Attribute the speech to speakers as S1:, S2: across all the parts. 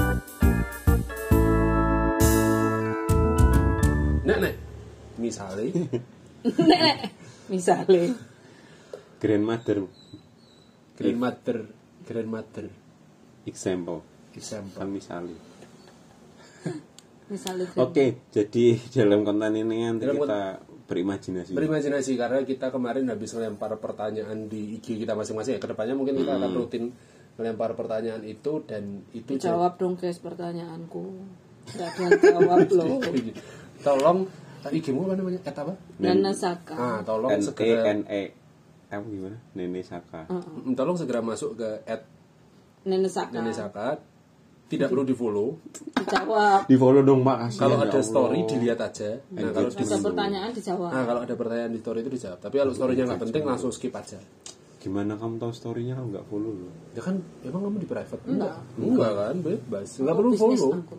S1: misalnya
S2: Nek, misalnya
S3: grandmother
S1: grandmother grandmother
S3: example
S1: example
S3: kan misalnya
S2: misalnya
S3: oke jadi dalam konten ini nanti
S1: Dalam
S3: kita berimajinasi
S1: berimajinasi karena kita kemarin habis melempar pertanyaan di IG kita masing-masing ya kedepannya mungkin kita
S3: Hmm.
S1: akan rutin melempar pertanyaan itu dan itu
S2: jawab dong guys pertanyaanku nggak ada yang jawab loh
S1: jadi- tolong eh, IGmu apa namanya kata apa
S2: Nana Saka
S1: ah tolong
S3: N E
S1: segera
S3: N E apa gimana Nene Saka
S1: Mm, tolong segera masuk ke at
S2: Nana Saka
S1: Nene Saka tidak perlu di follow
S2: dijawab
S3: di follow dong pak kasihan,
S1: kalau
S3: ya
S1: ada
S3: Allah.
S1: story dilihat aja nah kalau di
S2: ada pertanyaan dijawab
S1: nah, kalau ada pertanyaan di story itu dijawab tapi kalau storynya nggak penting langsung skip aja
S3: gimana kamu tahu storynya kamu nggak follow loh
S1: ya kan emang kamu di private enggak enggak kan bebas nggak perlu
S2: bisnis
S1: follow
S2: aku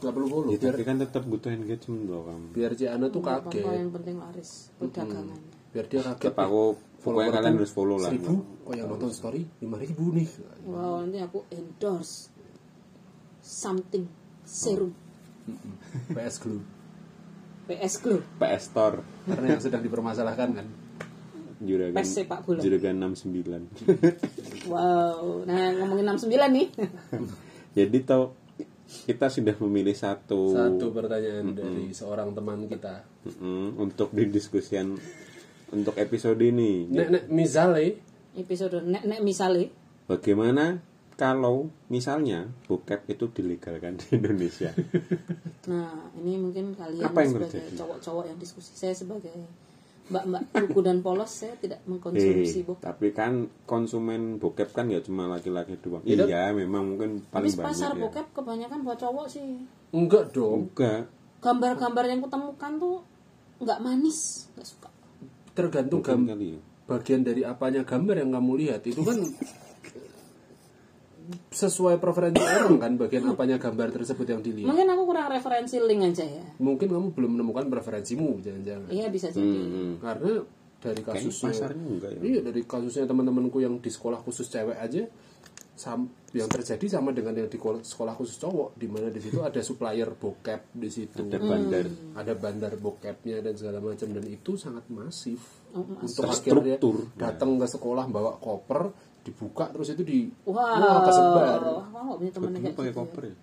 S1: nggak perlu follow
S3: ya,
S1: Oh, biar
S3: tapi kan tetap butuh engagement loh kamu
S1: biar Ciana tuh
S2: apa
S1: kaget
S2: yang penting laris perdagangan
S1: biar dia kaget
S3: tetap aku pokoknya kalian harus follow lah
S1: seribu oh yang nonton story lima ribu nih
S2: wow nanti aku endorse something serum
S1: PS Glue
S2: PS Glow
S3: PS Store
S1: karena yang sedang dipermasalahkan kan
S3: Juragan
S2: PS sepak bola.
S3: Juragan 69
S2: wow nah ngomongin 69 nih
S3: Jadi tau kita sudah memilih satu,
S1: satu pertanyaan dari seorang teman kita
S3: Mm-mm, untuk didiskusian untuk episode ini.
S1: nek nek misalnya
S2: episode nek nek misalnya
S3: Bagaimana kalau misalnya bokep itu dilegalkan di Indonesia?
S2: Nah, ini mungkin kalian
S3: Apa yang
S2: sebagai
S3: terjadi?
S2: cowok-cowok yang diskusi. Saya sebagai mbak-mbak kuku dan polos, saya tidak mengkonsumsi
S3: eh,
S2: bokep.
S3: tapi kan konsumen bokep kan nggak cuma laki-laki doang.
S1: Iya.
S3: Iya, memang mungkin
S2: Tapi
S3: paling banyak.
S2: pasar
S3: ya.
S2: bokep kebanyakan buat cowok sih.
S1: enggak dong
S3: Enggak.
S2: Gambar-gambar yang kutemukan tuh nggak manis, nggak suka.
S1: tergantung
S3: Mungkin
S1: gam-
S3: kali ya.
S1: bagian dari apanya gambar yang kamu lihat itu kan sesuai preferensi orang kan bagian apanya gambar tersebut yang
S3: Iya.
S1: dilihat
S2: Mungkin aku kurang referensi link aja ya.
S1: mungkin kamu belum menemukan preferensimu jangan-jangan
S2: Iya bisa jadi.
S3: Mm-mm.
S1: karena dari
S3: Kayaknya
S1: kasusnya
S3: pasarnya enggak ya.
S1: iya dari kasusnya teman-temanku yang di sekolah khusus cewek aja sam- yang terjadi sama dengan yang di kol- sekolah khusus cowok di mana di situ ada supplier bokep di situ Hmm.
S3: Ada bandar.
S1: ada bandar bokepnya dan segala macam dan itu sangat masif
S2: Oh, masif.
S1: untuk akhirnya
S3: Terstruktur.
S1: datang ke sekolah bawa koper dibuka terus itu di
S2: Wow.
S1: wah, kesebar
S2: Aku nggak punya temen
S3: Kamu
S2: kayak
S3: pakai
S2: gitu.
S3: koper ya?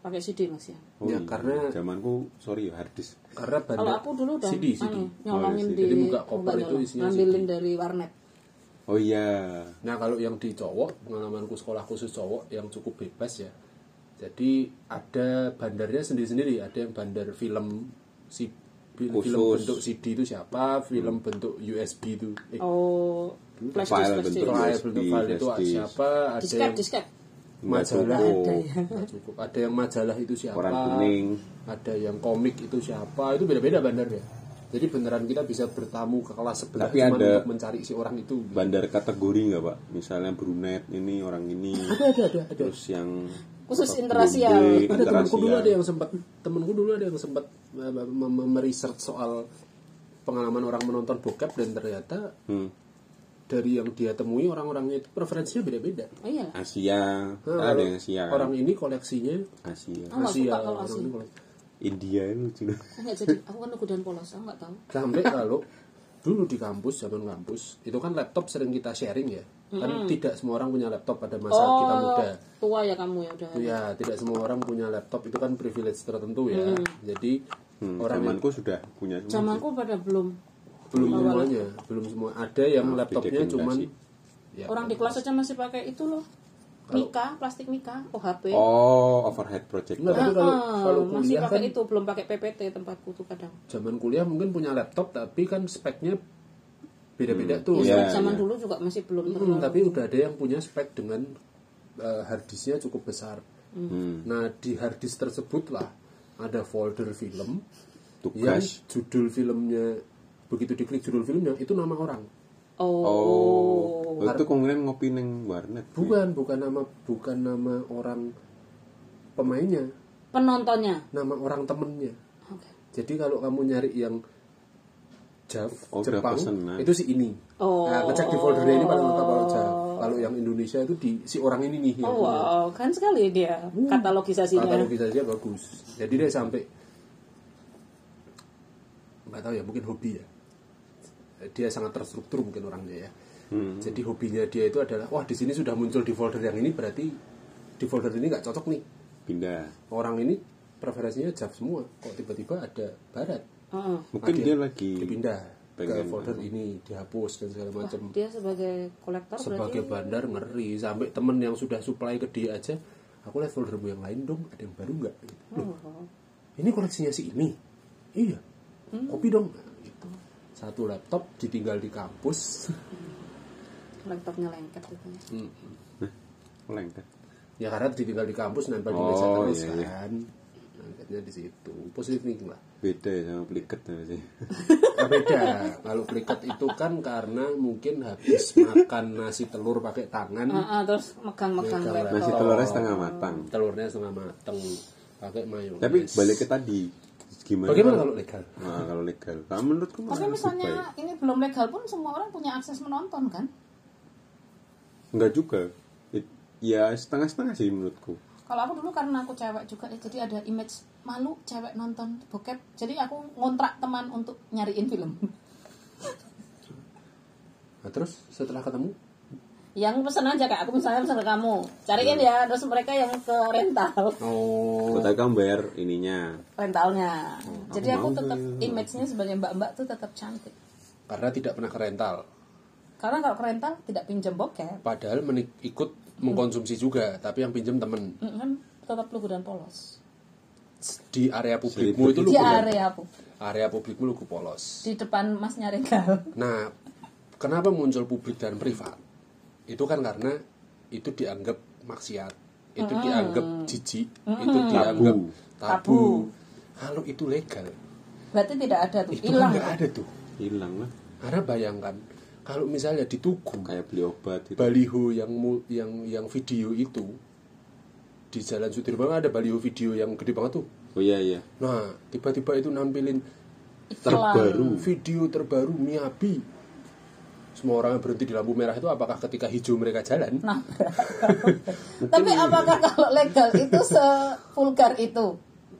S2: Pakai CD mas ya.
S3: Oh,
S1: Ya,
S3: iya.
S1: karena-
S3: zamanku sorry ya harddisk.
S1: karena
S2: Kalau
S1: bandar
S2: aku dulu udah
S1: CD, CD.
S3: Oh, iya,
S2: anu, nyolongin
S3: CD.
S2: di
S1: Jadi buka koper
S2: bukan
S1: itu
S2: nyolong,
S1: isinya
S2: ngambilin dari warnet.
S3: Oh iya.
S1: Nah kalau yang di cowok pengalamanku sekolah khusus cowok yang cukup bebas ya. Jadi ada bandarnya sendiri-sendiri. Ada yang bandar film si film
S3: Khusus. Hmm.
S1: bentuk CD itu siapa, film bentuk USB itu, eh,
S2: Oh, flash disk,
S3: File
S2: flash disk.
S3: bentuk
S1: file
S3: USB,
S1: bentuk file itu
S3: flash disk.
S1: siapa, ada
S2: Disket,
S1: yang
S2: disket.
S1: majalah
S2: Ada ya.
S1: Nggak cukup. Ada yang majalah itu siapa,
S3: Koran kuning.
S1: ada yang komik itu siapa, itu beda-beda bandarnya. Jadi beneran kita bisa bertamu ke kelas sebelah
S3: Tapi
S1: cuma
S3: ada-
S1: untuk mencari si orang itu.
S3: bandar kategori nggak pak misalnya brunet ini orang ini
S1: Ada ada ada. ada.
S3: terus yang
S2: Khusus
S3: apa,
S2: interracial.
S3: blonde,
S1: ada temanku dulu ada
S3: interracial.
S1: yang sempat temanku dulu ada yang sempat eh, me- me- meresearch soal pengalaman orang menonton bokep dan ternyata
S3: Hmm,
S1: dari yang dia temui orang-orangnya itu preferensinya beda-beda.
S2: Oh iya lah.
S3: Asia
S1: Nah,
S3: ada
S1: kalau
S3: yang Asia kan?
S1: Orang Ah. ini koleksinya
S3: Asia
S2: Aku nggak
S1: Asia,
S2: suka kalau
S1: orang
S2: Asia.
S1: ini koleksi.
S3: India itu juga
S2: Aku nggak jadi. Aku kan kudan polos. Aku nggak tahu.
S1: Sampai kalau dulu di kampus zaman kampus itu kan laptop sering kita sharing ya. Kan tidak semua orang punya laptop pada masa
S2: Oh.
S1: kita muda.
S2: tua ya kamu ya udah.
S1: Ya, tidak semua orang punya laptop itu kan privilege tertentu ya. Jadi
S3: Hmm,
S1: orang yang
S3: zamanku sudah punya semua
S2: Zamanku pada belum.
S1: belum semuanya belum semua ada yang
S3: Nah,
S1: laptopnya
S3: beda
S1: cuman
S3: generasi.
S1: ya,
S2: Orang di kelas aja masih pakai itu loh. Mika, plastik mika, OHP.
S3: oh overhead project
S1: Enggak, tapi kalau kalau
S2: Ah, masih
S1: kuliah kan
S2: pakai itu belum pakai PPT tempatku tuh kadang.
S1: zaman kuliah mungkin punya laptop tapi kan speknya beda-beda tuh Ya.
S3: Iya.
S2: Zaman dulu juga masih
S1: Hmm,
S2: belum terlalu.
S1: tapi udah ada yang punya spek dengan eh, harddisknya cukup besar
S3: Hmm.
S1: nah di harddisk tersebut lah ada folder film yang
S3: tugas
S1: judul filmnya begitu diklik judul filmnya itu nama orang
S2: Oh.
S3: oh, itu kemungkinan ngopi neng warnet
S1: bukan bukan nama bukan nama orang pemainnya
S2: Penontonnya.
S1: nama orang temennya
S2: Oke.
S1: Jadi kalau kamu nyari yang Jav,
S3: Oh, udah
S1: Jepang,
S3: pesenan.
S1: itu si ini.
S2: Oh.
S1: Nah, ngecek di foldernya ini paling utama kalau Jav. Kalau yang Indonesia itu di si orang ini nih. yang
S2: Oh wow, kan sekali dia
S1: Hmm.
S2: katalogisasinya.
S1: Katalogisasinya bagus. Jadi dia sampai nggak tahu ya mungkin hobi ya dia sangat terstruktur mungkin orangnya ya
S3: Hmm.
S1: jadi hobinya dia itu adalah wah di sini sudah muncul di folder yang ini berarti di folder ini nggak cocok nih
S3: pindah
S1: orang ini preferensinya jap semua kok tiba-tiba ada barat
S2: Heeh.
S3: mungkin
S1: Nah,
S3: dia lagi
S1: dipindah ke
S3: pengen-
S1: folder ini dihapus dan segala macam
S2: dia sebagai kolektor
S1: sebagai
S2: berarti
S1: bandar ngeri sampai temen yang sudah supply ke dia aja aku lihat foldermu yang lain dong ada yang baru nggak gitu.
S2: oh,
S1: ini koleksinya si ini iya
S2: Hmm.
S1: kopi dong Nah, gitu. satu laptop ditinggal di kampus
S2: kolektornya lengket gitu ya.
S1: Hmm.
S3: lengket
S1: ya karena ditinggal di kampus nempel di
S3: Oh,
S1: meja terus
S3: iya, iya.
S1: kan Angkatnya di situ positif thinking lah
S3: beda ya sama peliket ya sih
S1: Nah, beda kalau pliket itu kan karena mungkin habis makan nasi telur pakai tangan
S2: Ah, ah, terus megang-megang
S1: Megang
S2: laptop
S3: nasi
S1: Oh.
S3: telurnya setengah matang
S1: telurnya setengah mateng pakai mayones
S3: tapi balik ke tadi gimana
S1: bagaimana kalau legal
S3: Nah, kalau legal kalau menurutku
S2: tapi
S3: malah Nah, lebih baik.
S2: misalnya ini belum legal pun semua orang punya akses menonton kan
S3: enggak juga It- ya setengah-setengah sih menurutku
S2: kalau aku dulu karena aku cewek juga ya, jadi ada image malu cewek nonton bokep jadi aku ngontrak teman untuk nyariin film
S1: nah, terus setelah ketemu
S2: yang pesen aja kayak aku misalnya pesen ke kamu cariin
S3: Iya.
S2: ya terus mereka yang ke rental
S1: oh
S3: Kota kamu bayar ininya
S2: rentalnya jadi
S3: Oh, aku
S2: aku
S3: mau
S2: tetap
S3: tuh.
S2: image-nya sebagai mbak-mbak tuh tetap cantik
S1: karena tidak pernah ke rental
S2: karena kalau ke rental tidak pinjam bokep
S1: padahal menik- ikut mengkonsumsi juga tapi yang pinjam temen
S2: mm, kan tetap lugu dan polos
S1: di area publikmu itu lu
S2: di
S1: punya-
S2: area aku
S1: area publikmu lu polos
S2: di depan masnya regal
S1: Nah, kenapa muncul publik dan privat? Itu kan karena itu dianggap maksiat, itu dianggap jijik, itu dianggap tabu. Kalau itu legal,
S2: berarti tidak ada tuh
S1: itu
S2: hilang
S1: kan nggak ada tuh.
S3: hilang lah
S1: Karena bayangkan, kalau misalnya di Tugu,
S3: kayak beli obat gitu
S1: baliho yang mu- yang yang video itu di Jalan Sudirman ada baliho video yang gede banget tuh.
S3: oh iya iya
S1: Nah, tiba-tiba itu nampilin
S2: iklan
S3: terbaru
S1: video terbaru Miabi. Semua orang yang berhenti di lampu merah itu apakah ketika hijau mereka jalan?
S2: nah tapi apakah kalau legal itu sevulgar itu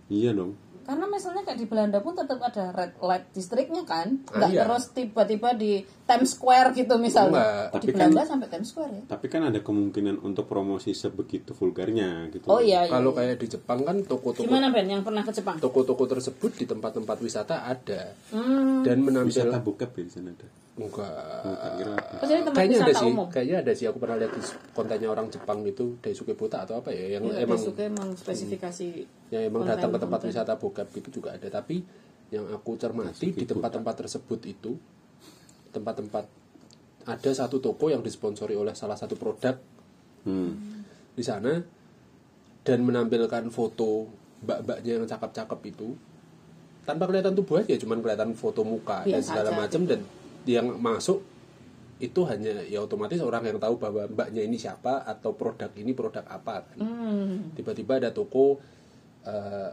S3: iya dong
S2: karena misalnya kayak di Belanda pun tetap ada red light districtnya kan
S1: Ah,
S2: nggak
S1: iya.
S2: terus tiba-tiba di Times Square gitu misalnya
S1: Enggak,
S2: di
S3: tapi kan-
S2: Belanda sampai Times Square ya
S3: tapi kan ada kemungkinan untuk promosi sebegitu vulgarnya gitu
S2: oh iya, iya.
S1: Kalau kayak di Jepang kan toko-toko
S2: gimana Ben yang pernah ke Jepang
S1: toko-toko tersebut di tempat-tempat wisata ada
S2: hmm,
S1: dan
S3: wisata
S1: menampilkan
S3: bokep ya di sana ada
S1: enggak
S3: Tak kira
S1: ah,
S3: apa.
S2: terus ini tempat
S1: kayaknya ada
S2: wisata
S1: sih
S2: umum
S1: kayaknya ada sih aku pernah lihat di kontennya orang Jepang itu Daisuke Buta atau apa ya yang
S2: Iya,
S1: emang
S2: Daisuke emang spesifikasi
S1: yang emang datang ke tempat
S2: konten-konten.
S1: wisata bokep itu juga ada tapi yang aku cermati di tempat-tempat tersebut itu tempat-tempat ada satu toko yang disponsori oleh salah satu produk
S3: hmm.
S1: di sana dan menampilkan foto mbak-mbaknya yang cakep-cakep itu tanpa kelihatan tubuh aja cuman kelihatan foto muka dan
S2: Biasa
S1: segala
S2: aja. gitu.
S1: macam dan yang masuk itu hanya ya otomatis orang yang tahu bahwa mbaknya ini siapa atau produk ini produk apa kan.
S2: hmm,
S1: tiba-tiba ada toko eh,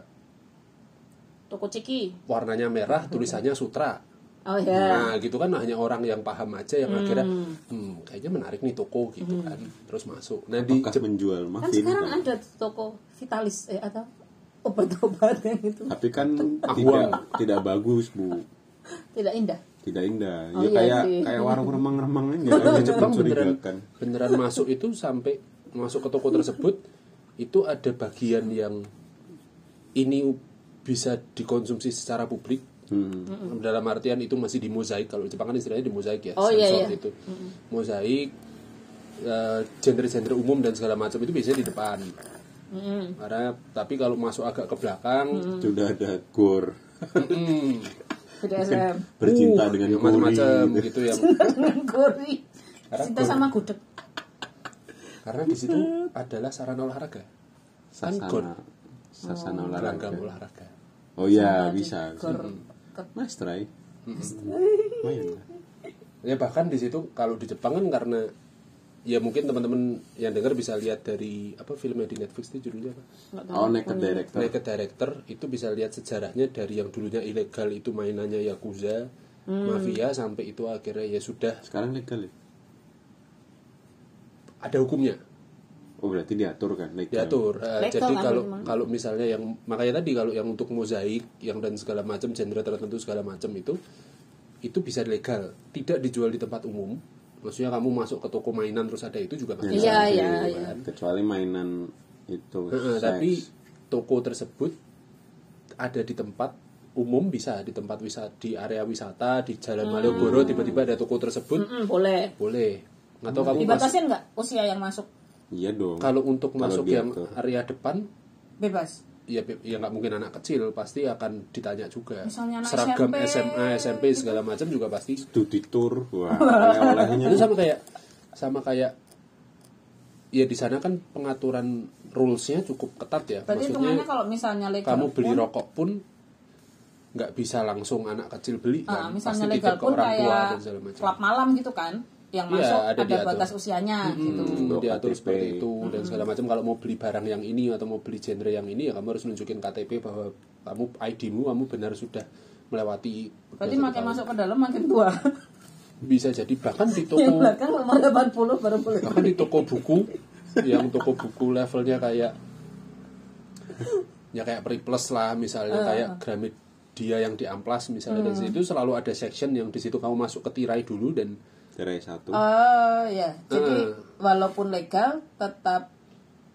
S2: toko ciki
S1: warnanya merah tulisannya sutra
S2: oh ya
S1: Nah gitu kan hanya orang yang paham aja yang akhirnya "Hmm, kayaknya menarik nih toko gitu
S2: Hmm.
S1: kan terus masuk. Nah di
S3: Apakah
S1: Jep-
S3: menjual
S2: kan
S3: muffin
S2: sekarang
S3: kan?
S2: ada toko vitalis eh, atau gitu. obat-obat yang itu
S3: tapi kan
S1: Aqua.
S3: tidak tidak bagus bu
S2: tidak indah
S3: tidak indah
S2: Oh,
S3: ya
S2: iya
S3: kayak
S2: sih. Hmm.
S3: kayak warung remang-remang
S1: Di
S3: aja kan
S1: Jepang beneran
S3: mencurigakan
S1: beneran masuk itu sampai masuk ke toko tersebut itu ada bagian yang ini bisa dikonsumsi secara publik
S3: hmm.
S1: dalam artian itu masih di mozaik kalau di Jepang kan istilahnya di mozaik ya
S2: Oh, iya,
S1: sensor
S2: iya.
S1: itu mozaik eh, genre-genre umum dan segala macam itu biasanya di depan
S2: Hmm.
S1: karena tapi kalau masuk agak ke belakang uh,
S3: sudah ada gor
S1: mm,
S2: BDSM
S1: uh,
S3: bercinta dengan
S1: yang
S3: gori
S1: macam-macam gitu yang
S2: gori cinta sama gudeg
S1: karena di situ adalah sarana olahraga kan gor Oh.
S3: sasana sasana olahraga
S1: beragam olahraga
S3: oh
S1: Ah,
S3: iya bisa
S2: gor
S3: mas try main lah
S1: ya bahkan di situ kalau di Jepang kan karena ya mungkin teman-teman yang dengar bisa lihat dari apa filmnya di Netflix itu judulnya apa
S2: nggak tahu
S3: oh naked director
S1: Naked Director itu bisa lihat sejarahnya dari yang dulunya ilegal itu mainannya yakuza
S2: Hmm.
S1: mafia sampai itu akhirnya ya sudah
S3: sekarang legal ya
S1: ada hukumnya
S3: Oh berarti diatur kan? Legal.
S1: diatur. Eh,
S2: Hmm. Legal
S1: jadi
S2: kan
S1: kalau
S2: memang.
S1: kalau misalnya yang makanya tadi kalau yang untuk mozaik yang dan segala macam genre tertentu segala macam itu itu bisa legal, tidak dijual di tempat umum. Maksudnya kamu masuk ke toko mainan terus ada itu juga nggak bisa.
S2: Iya,
S3: Nanti,
S2: iya,
S3: kan. Kecuali mainan itu.
S1: Heeh,
S3: seks.
S1: tapi toko tersebut ada di tempat umum bisa di tempat wisata di area wisata di Jalan
S2: Hmm.
S1: Malioboro tiba-tiba ada toko tersebut
S2: Mm-mm, Hmm, boleh.
S1: boleh atau kamu pas-
S2: Dibatasin nggak usia yang masuk?
S3: Iya dong.
S1: kalau untuk
S3: Kalau
S1: masuk yang
S3: diatur.
S1: area depan
S2: Bebas.
S1: ya Beb, ya nggak mungkin anak kecil pasti akan ditanya juga
S2: Misalnya anak
S1: seragam
S2: SMP,
S1: SMA SMP
S2: Gitu.
S1: segala macam juga pasti
S3: Studi tour, wah, oleh-olehnya.
S1: itu sama kayak sama kayak ya di sana kan pengaturan rulesnya cukup ketat ya
S2: Berarti hitungannya kalau misalnya legal
S1: kamu beli
S2: pun, Ah,
S1: rokok pun nggak bisa langsung anak kecil beli kan
S2: ah,
S1: pasti
S2: misalnya
S1: titip
S2: legal
S1: ke
S2: pun
S1: orang tua
S2: kayak
S1: dan segala macam
S2: klub malam gitu kan, yang
S1: Iya,
S2: masuk
S1: ada
S2: ada,
S1: diatur.
S2: batas usianya gitu.
S1: Hmm, diatur
S3: KTP.
S1: seperti itu dan
S2: Hmm.
S1: segala macam kalau mau beli barang yang ini atau mau beli genre yang ini ya kamu harus nunjukin KTP bahwa kamu ID-mu kamu benar sudah melewati
S2: Berarti
S1: satu
S2: makin
S1: tahun.
S2: masuk ke dalam makin tua.
S1: bisa jadi bahkan di
S2: yang
S1: toko
S2: belakang
S1: Oh.
S2: nomor 80 baru boleh.
S1: bahkan Kan di toko buku yang toko buku levelnya kayak ya kayak Priplus lah misalnya kayak Gramedia yang di Amplas misalnya dan situ selalu ada section yang di situ kamu masuk ke tirai dulu dan
S3: Cerai satu.
S2: Oh ya,
S1: Eh.
S2: jadi walaupun legal tetap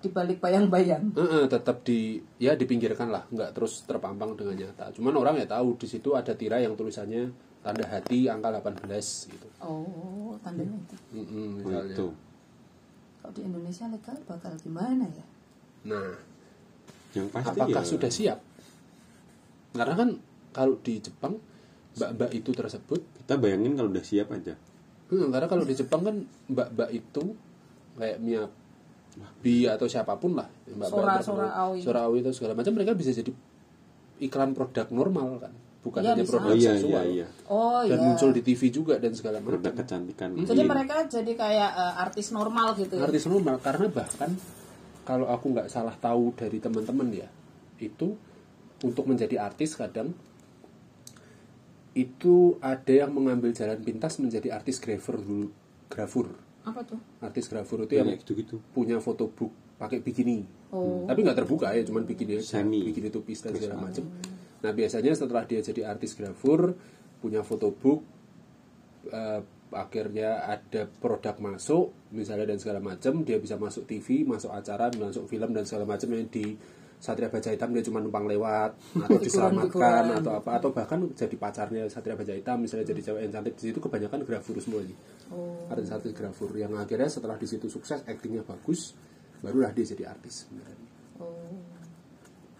S2: dibalik bayang-bayang.
S1: eh, eh, tetap di ya dipinggirkan lah nggak terus terpampang dengan nyata cuman orang ya tahu di situ ada tirai yang tulisannya tanda hati angka 18 gitu
S2: Oh, tandanya itu.
S1: Mm, mm,
S3: Oh,
S1: misalnya.
S3: itu.
S2: Kalau di Indonesia legal bakal gimana ya?
S1: nah
S3: Yang pasti
S1: apakah
S3: ya.
S1: sudah siap karena kan kalau di Jepang mbak-mbak itu tersebut
S3: Kita bayangin kalau udah siap aja.
S1: Hmm, karena kalau di Jepang kan mbak-mbak itu kayak Mia Bi atau siapapun lah mbak-mbak
S2: Sora-
S1: yang terkenal,
S2: Sora Aoi.
S1: Sora Aoi itu segala macam mereka bisa jadi iklan produk normal kan bukan
S2: Iya,
S1: hanya
S2: bisa.
S1: produk
S3: Oh iya iya
S1: seksual
S3: iya.
S2: Oh
S1: dan
S2: ya.
S1: muncul di TV juga dan segala macam
S3: Produk kecantikan. Iya.
S2: Jadi mereka jadi kayak eh, artis normal gitu. ya?
S1: artis normal karena bahkan kalau aku nggak salah tahu dari teman-teman ya itu untuk menjadi artis kadang itu ada yang mengambil jalan pintas menjadi artis grafer dulu grafur
S2: Apa tuh?
S1: artis grafur itu yang
S3: Yang gitu gitu.
S1: punya fotobook pakai bikini
S2: Oh.
S1: tapi nggak terbuka ya cuman bikini aja
S3: Semi.
S1: bikini tupis dan segala macam nah biasanya setelah dia jadi artis grafur punya fotobook eh, akhirnya ada produk masuk misalnya dan segala macam dia bisa masuk TV masuk acara masuk film dan segala macam yang di Satria Baja Hitam dia cuma numpang lewat atau diselamatkan
S2: Tikuran-tikuran.
S1: atau apa atau bahkan jadi pacarnya Satria Baja Hitam misalnya jadi cewek yang cantik di situ kebanyakan grafur semuanya artis-artis grafur yang akhirnya setelah di situ sukses aktingnya bagus barulah dia jadi artis sebenarnya
S2: Oh.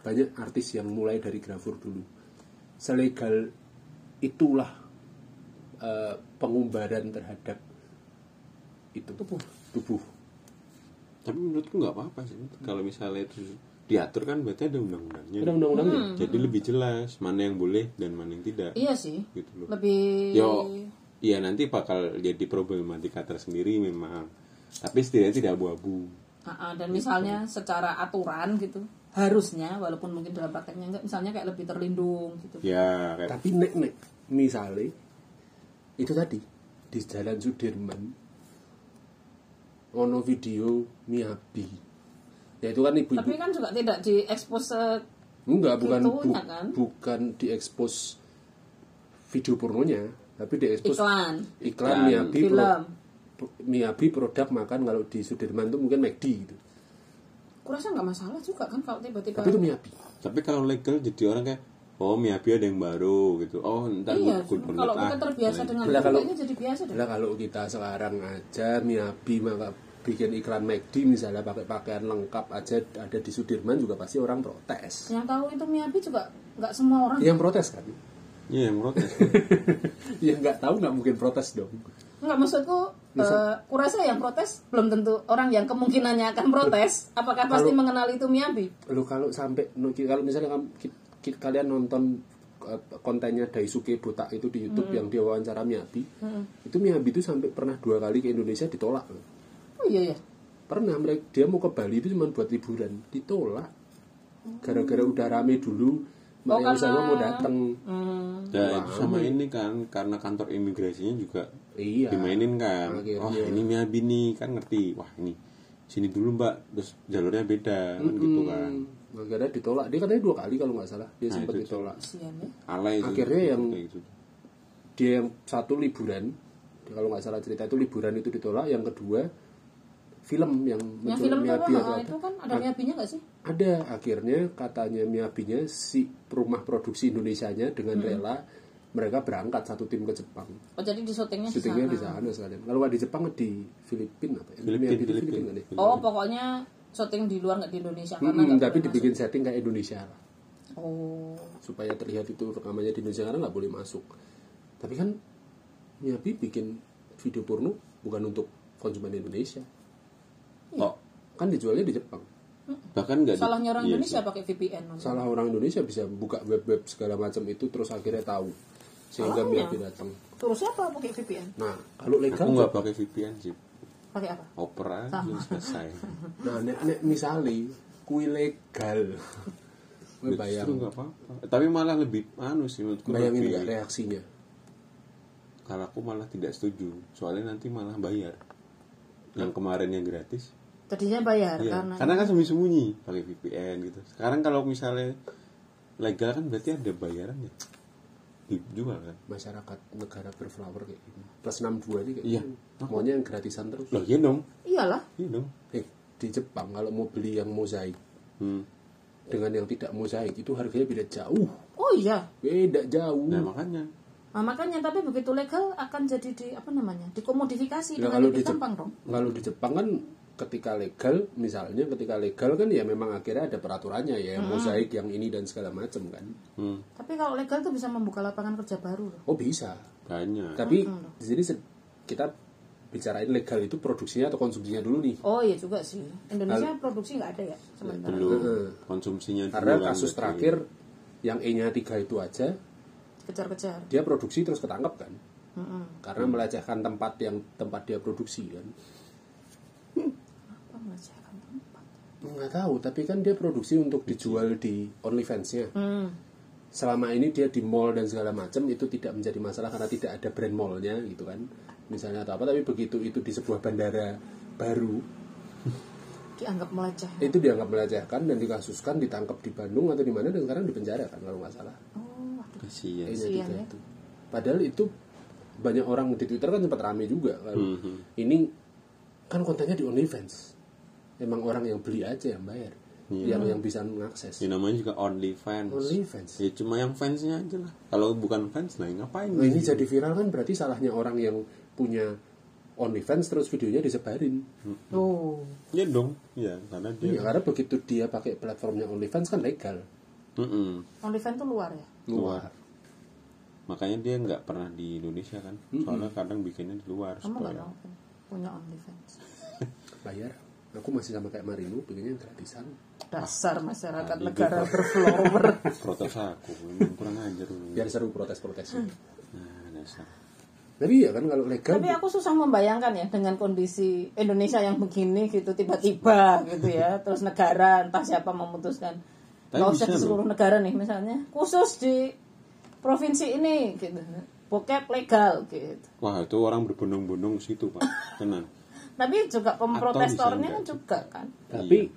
S1: banyak artis yang mulai dari grafur dulu selegal itulah eh, pengumbaran terhadap itu tubuh tubuh
S3: Tapi menurutku nggak apa-apa sih. Kalau misalnya itu diatur kan berarti ada undang-undangnya.
S1: Ada undang-undangnya.
S2: Hmm.
S3: Jadi lebih jelas mana yang boleh dan mana yang tidak.
S2: Iya sih.
S3: Gitu loh.
S2: Lebih
S3: Yo, iya nanti bakal jadi problematika tersendiri memang. Tapi setidaknya tidak abu-abu.
S2: Ah, ah, dan misalnya secara aturan gitu harusnya walaupun mungkin dalam prakteknya enggak misalnya kayak lebih terlindung gitu.
S1: Iya.
S3: Ya, kayak
S1: tapi nek nek misalnya itu tadi di jalan Sudirman ono video Miabi ya itu kan ibu-ibu
S2: Tapi kan juga tidak diekspos se-
S1: Enggak, bukan bu-
S2: Itunya kan?
S1: bukan diekspos video pornonya, tapi diekspos iklan,
S2: iklan.
S1: iklan
S3: Iklan.
S1: Miyabi, pro-
S2: Film.
S1: pro- Miyabi produk makan kalau di Sudirman itu mungkin McD gitu.
S2: Kurasa nggak masalah juga kan kalau tiba-tiba
S1: Tapi itu Miyabi.
S3: tapi kalau legal jadi orang kayak oh Miyabi ada yang baru gitu. Oh, entar
S2: Iya,
S3: gue- gue download,
S2: kalau kita
S3: ah.
S2: terbiasa dengan
S1: Bila
S2: itu
S1: Nah, kalau-
S2: kayaknya jadi biasa deh.
S1: Lah kalau kita sekarang aja Miyabi maka bikin iklan McD misalnya pakai pakaian lengkap aja ada di Sudirman juga pasti orang protes.
S2: Yang tahu itu Miyabi juga nggak semua orang.
S1: Yang protes kan?
S3: Iya, yang protes.
S2: Hmm.
S1: Yang nggak tahu nggak mungkin protes dong.
S2: Nggak maksudku eh, kurasa yang protes belum tentu orang yang kemungkinannya akan protes. Apakah pasti
S1: Kalau-
S2: mengenal itu Miyabi?
S1: lo kalau sampai no- ki- kalau misalnya kamu, ki- ki- kalian nonton eh, kontennya Daisuke Botak itu di YouTube yang dia wawancara Miyabi itu Miyabi itu sampai pernah dua kali ke Indonesia ditolak
S2: Oh iya ya.
S1: pernah mereka dia mau ke Bali itu cuma buat liburan ditolak gara-gara udah rame dulu
S2: Oh,
S1: Maria Ozawa
S2: karena-
S1: mau datang
S2: Hmm.
S3: Ya, itu sama ini kan karena kantor imigrasinya juga
S1: iya
S3: dimainin kan.
S1: Akhirnya.
S3: Wah, ini Miyabi nih kan ngerti. Wah, ini sini dulu mbak terus jalurnya beda kan gitu kan
S1: Makanya ditolak. Dia katanya dua kali kalau nggak salah. Dia
S3: Nah,
S1: sempat
S3: itu-
S1: ditolak.
S2: Kasihan ya.
S3: alay itu,
S1: Akhirnya yang-
S3: kayak gitu.
S1: Dia yang satu liburan. Dia Kalau nggak salah cerita itu liburan itu ditolak. Yang kedua film yang
S2: Yang
S1: muncul
S2: film itu apa?
S1: Miyabi atau apa.
S2: Ah,
S1: Iya.
S2: itu kan ada miabinya nggak sih?
S1: Ada akhirnya katanya Miyabinya si rumah produksi Indonesianya dengan
S2: Hmm.
S1: rela mereka berangkat satu tim ke Jepang.
S2: Oh jadi di syutingnya di
S1: Syutingnya di
S2: sana.
S1: sana sekalian. Kalau nggak di Jepang di Filipina apa? ya?
S3: Filipin
S1: Miyabi itu
S3: Filipin
S1: nggak deh?
S2: Oh pokoknya syuting di luar nggak di Indonesia karena
S1: Mm-mm,
S2: nggak
S1: Hmm, tapi
S2: boleh
S1: dibikin setting kayak Indonesia lah.
S2: masuk. Oh
S1: supaya terlihat itu rekamannya di Indonesia karena nggak boleh masuk. Tapi kan Nyabi bikin video porno bukan untuk konsumen Indonesia,
S2: Iya.
S3: kok
S1: kan dijualnya di Jepang.
S3: bahkan nggak di-
S2: salahnya orang
S3: iya
S2: Indonesia
S3: sih.
S2: pakai VPN. nonton.
S1: Salah orang Indonesia bisa buka web-web segala macam itu terus akhirnya tahu sehingga
S2: Salahnya.
S1: Nyabi datang.
S2: Terus siapa pakai VPN?
S1: Nah kalau legal,
S3: aku nggak pakai VPN sih
S2: Pakai apa?
S3: opera aja selesai
S1: nah nek nek misali kui legal, Kowe
S3: justru
S1: bayang,
S3: nggak apa-apa tapi malah lebih anu sih menurutku
S1: bayangin
S3: lebih-
S1: nggak reaksinya?
S3: kalau aku malah tidak setuju soalnya nanti malah bayar yang kemarin yang gratis
S2: Tadinya bayar
S3: Iya,
S2: karena.
S3: karena kan sembunyi-sembunyi pakai VPN gitu. Sekarang kalau misalnya legal kan berarti ada bayarannya. Dijual kan.
S1: Masyarakat negara berflower kayak gini, plus 62 ini kayak
S3: Iya.
S1: gini. maunya yang gratisan terus.
S3: Loh, iya dong.
S2: Iyalah.
S3: Iya dong.
S1: Eh, di Jepang kalau mau beli yang mozaik
S3: Hmm.
S1: dengan yang tidak mozaik itu harganya beda jauh
S2: Oh iya.
S1: beda jauh
S3: Nah,
S1: nah,
S3: makanya
S2: Nah, makanya tapi begitu legal akan jadi di apa namanya dikomodifikasi dengan
S1: Ya, kalau di
S2: lebih
S1: Jep-
S2: gampang dong.
S1: kalau di Jepang kan ketika legal misalnya ketika legal kan ya memang akhirnya ada peraturannya ya yang mozaik yang ini dan segala macam kan
S3: hmm,
S2: Tapi kalau legal tuh bisa membuka lapangan kerja baru loh.
S1: oh bisa
S3: banyak.
S1: tapi di sini se- kita bicarain legal itu produksinya atau konsumsinya dulu nih
S2: Oh iya juga sih. Indonesia produksi nggak ada ya sementara.
S3: Belum konsumsinya dulu
S1: karena
S3: kan
S1: kasus
S3: berarti.
S1: terakhir yang E-nya tiga itu aja
S2: iya. Kejar-kejar.
S1: dia produksi terus ketangkep kan
S2: Mm-mm.
S1: karena melecehkan tempat yang tempat dia produksi kan
S2: Apa melecehkan tempat?
S1: nggak tahu tapi kan dia produksi untuk dijual di OnlyFans-nya
S2: Hmm.
S1: selama ini dia di mall dan segala macam itu tidak menjadi masalah karena tidak ada brand mallnya gitu kan misalnya atau apa tapi begitu itu di sebuah bandara baru
S2: Dianggap meleceh.
S1: itu dianggap melecehkan dan dikasuskan ditangkap di Bandung atau di mana dan sekarang di penjara kan kalau nggak salah
S2: Oh, aduh.
S3: kasihan.
S1: Kayaknya juga
S2: Kasihan ya.
S1: itu. Iya, gitu. padahal itu banyak orang di Twitter kan sempat rame juga kan ini kan kontennya di OnlyFans emang orang yang beli aja yang bayar yang yang bisa mengakses
S3: Ya, namanya juga only fans.
S1: OnlyFans
S3: Ya cuma yang fansnya aja lah. Kalau bukan fans nah ngapain?
S1: Nah, ini jadi viral kan berarti salahnya orang yang punya OnlyFans terus videonya disebarin.
S2: Oh.
S3: Iya dong. Iya, karena
S1: Ya,
S3: dia.
S1: karena begitu dia pakai platformnya OnlyFans kan legal.
S3: Mm-mm.
S2: OnlyFans tuh luar ya?
S1: Luar.
S3: Makanya dia nggak pernah di Indonesia kan. Soalnya kadang bikinnya di luar.
S2: Kamu nggak
S3: supaya-
S2: mau kan? punya OnlyFans?
S1: Bayar. Aku masih sama kayak Marino, pengennya yang gratisan.
S2: Dasar masyarakat negara berflower.
S3: protes aku memang kurang ajar lu.
S1: Biar seru protes-protesnya.
S3: nah dasar
S1: Tapi ya kan kalau legal
S2: Tapi aku susah membayangkan ya dengan kondisi Indonesia yang begini gitu tiba-tiba gitu ya. Terus negara entah siapa memutuskan
S3: Tapi
S2: nggak usah
S3: bisa
S2: di seluruh negara nih misalnya khusus di provinsi ini gitu. Bokep legal gitu.
S3: wah itu orang berbondong-bondong ke situ pak tenang
S2: Tapi juga
S3: bisa
S2: pemprotestornya
S3: enggak?
S2: juga kan.
S1: tapi
S2: Iya.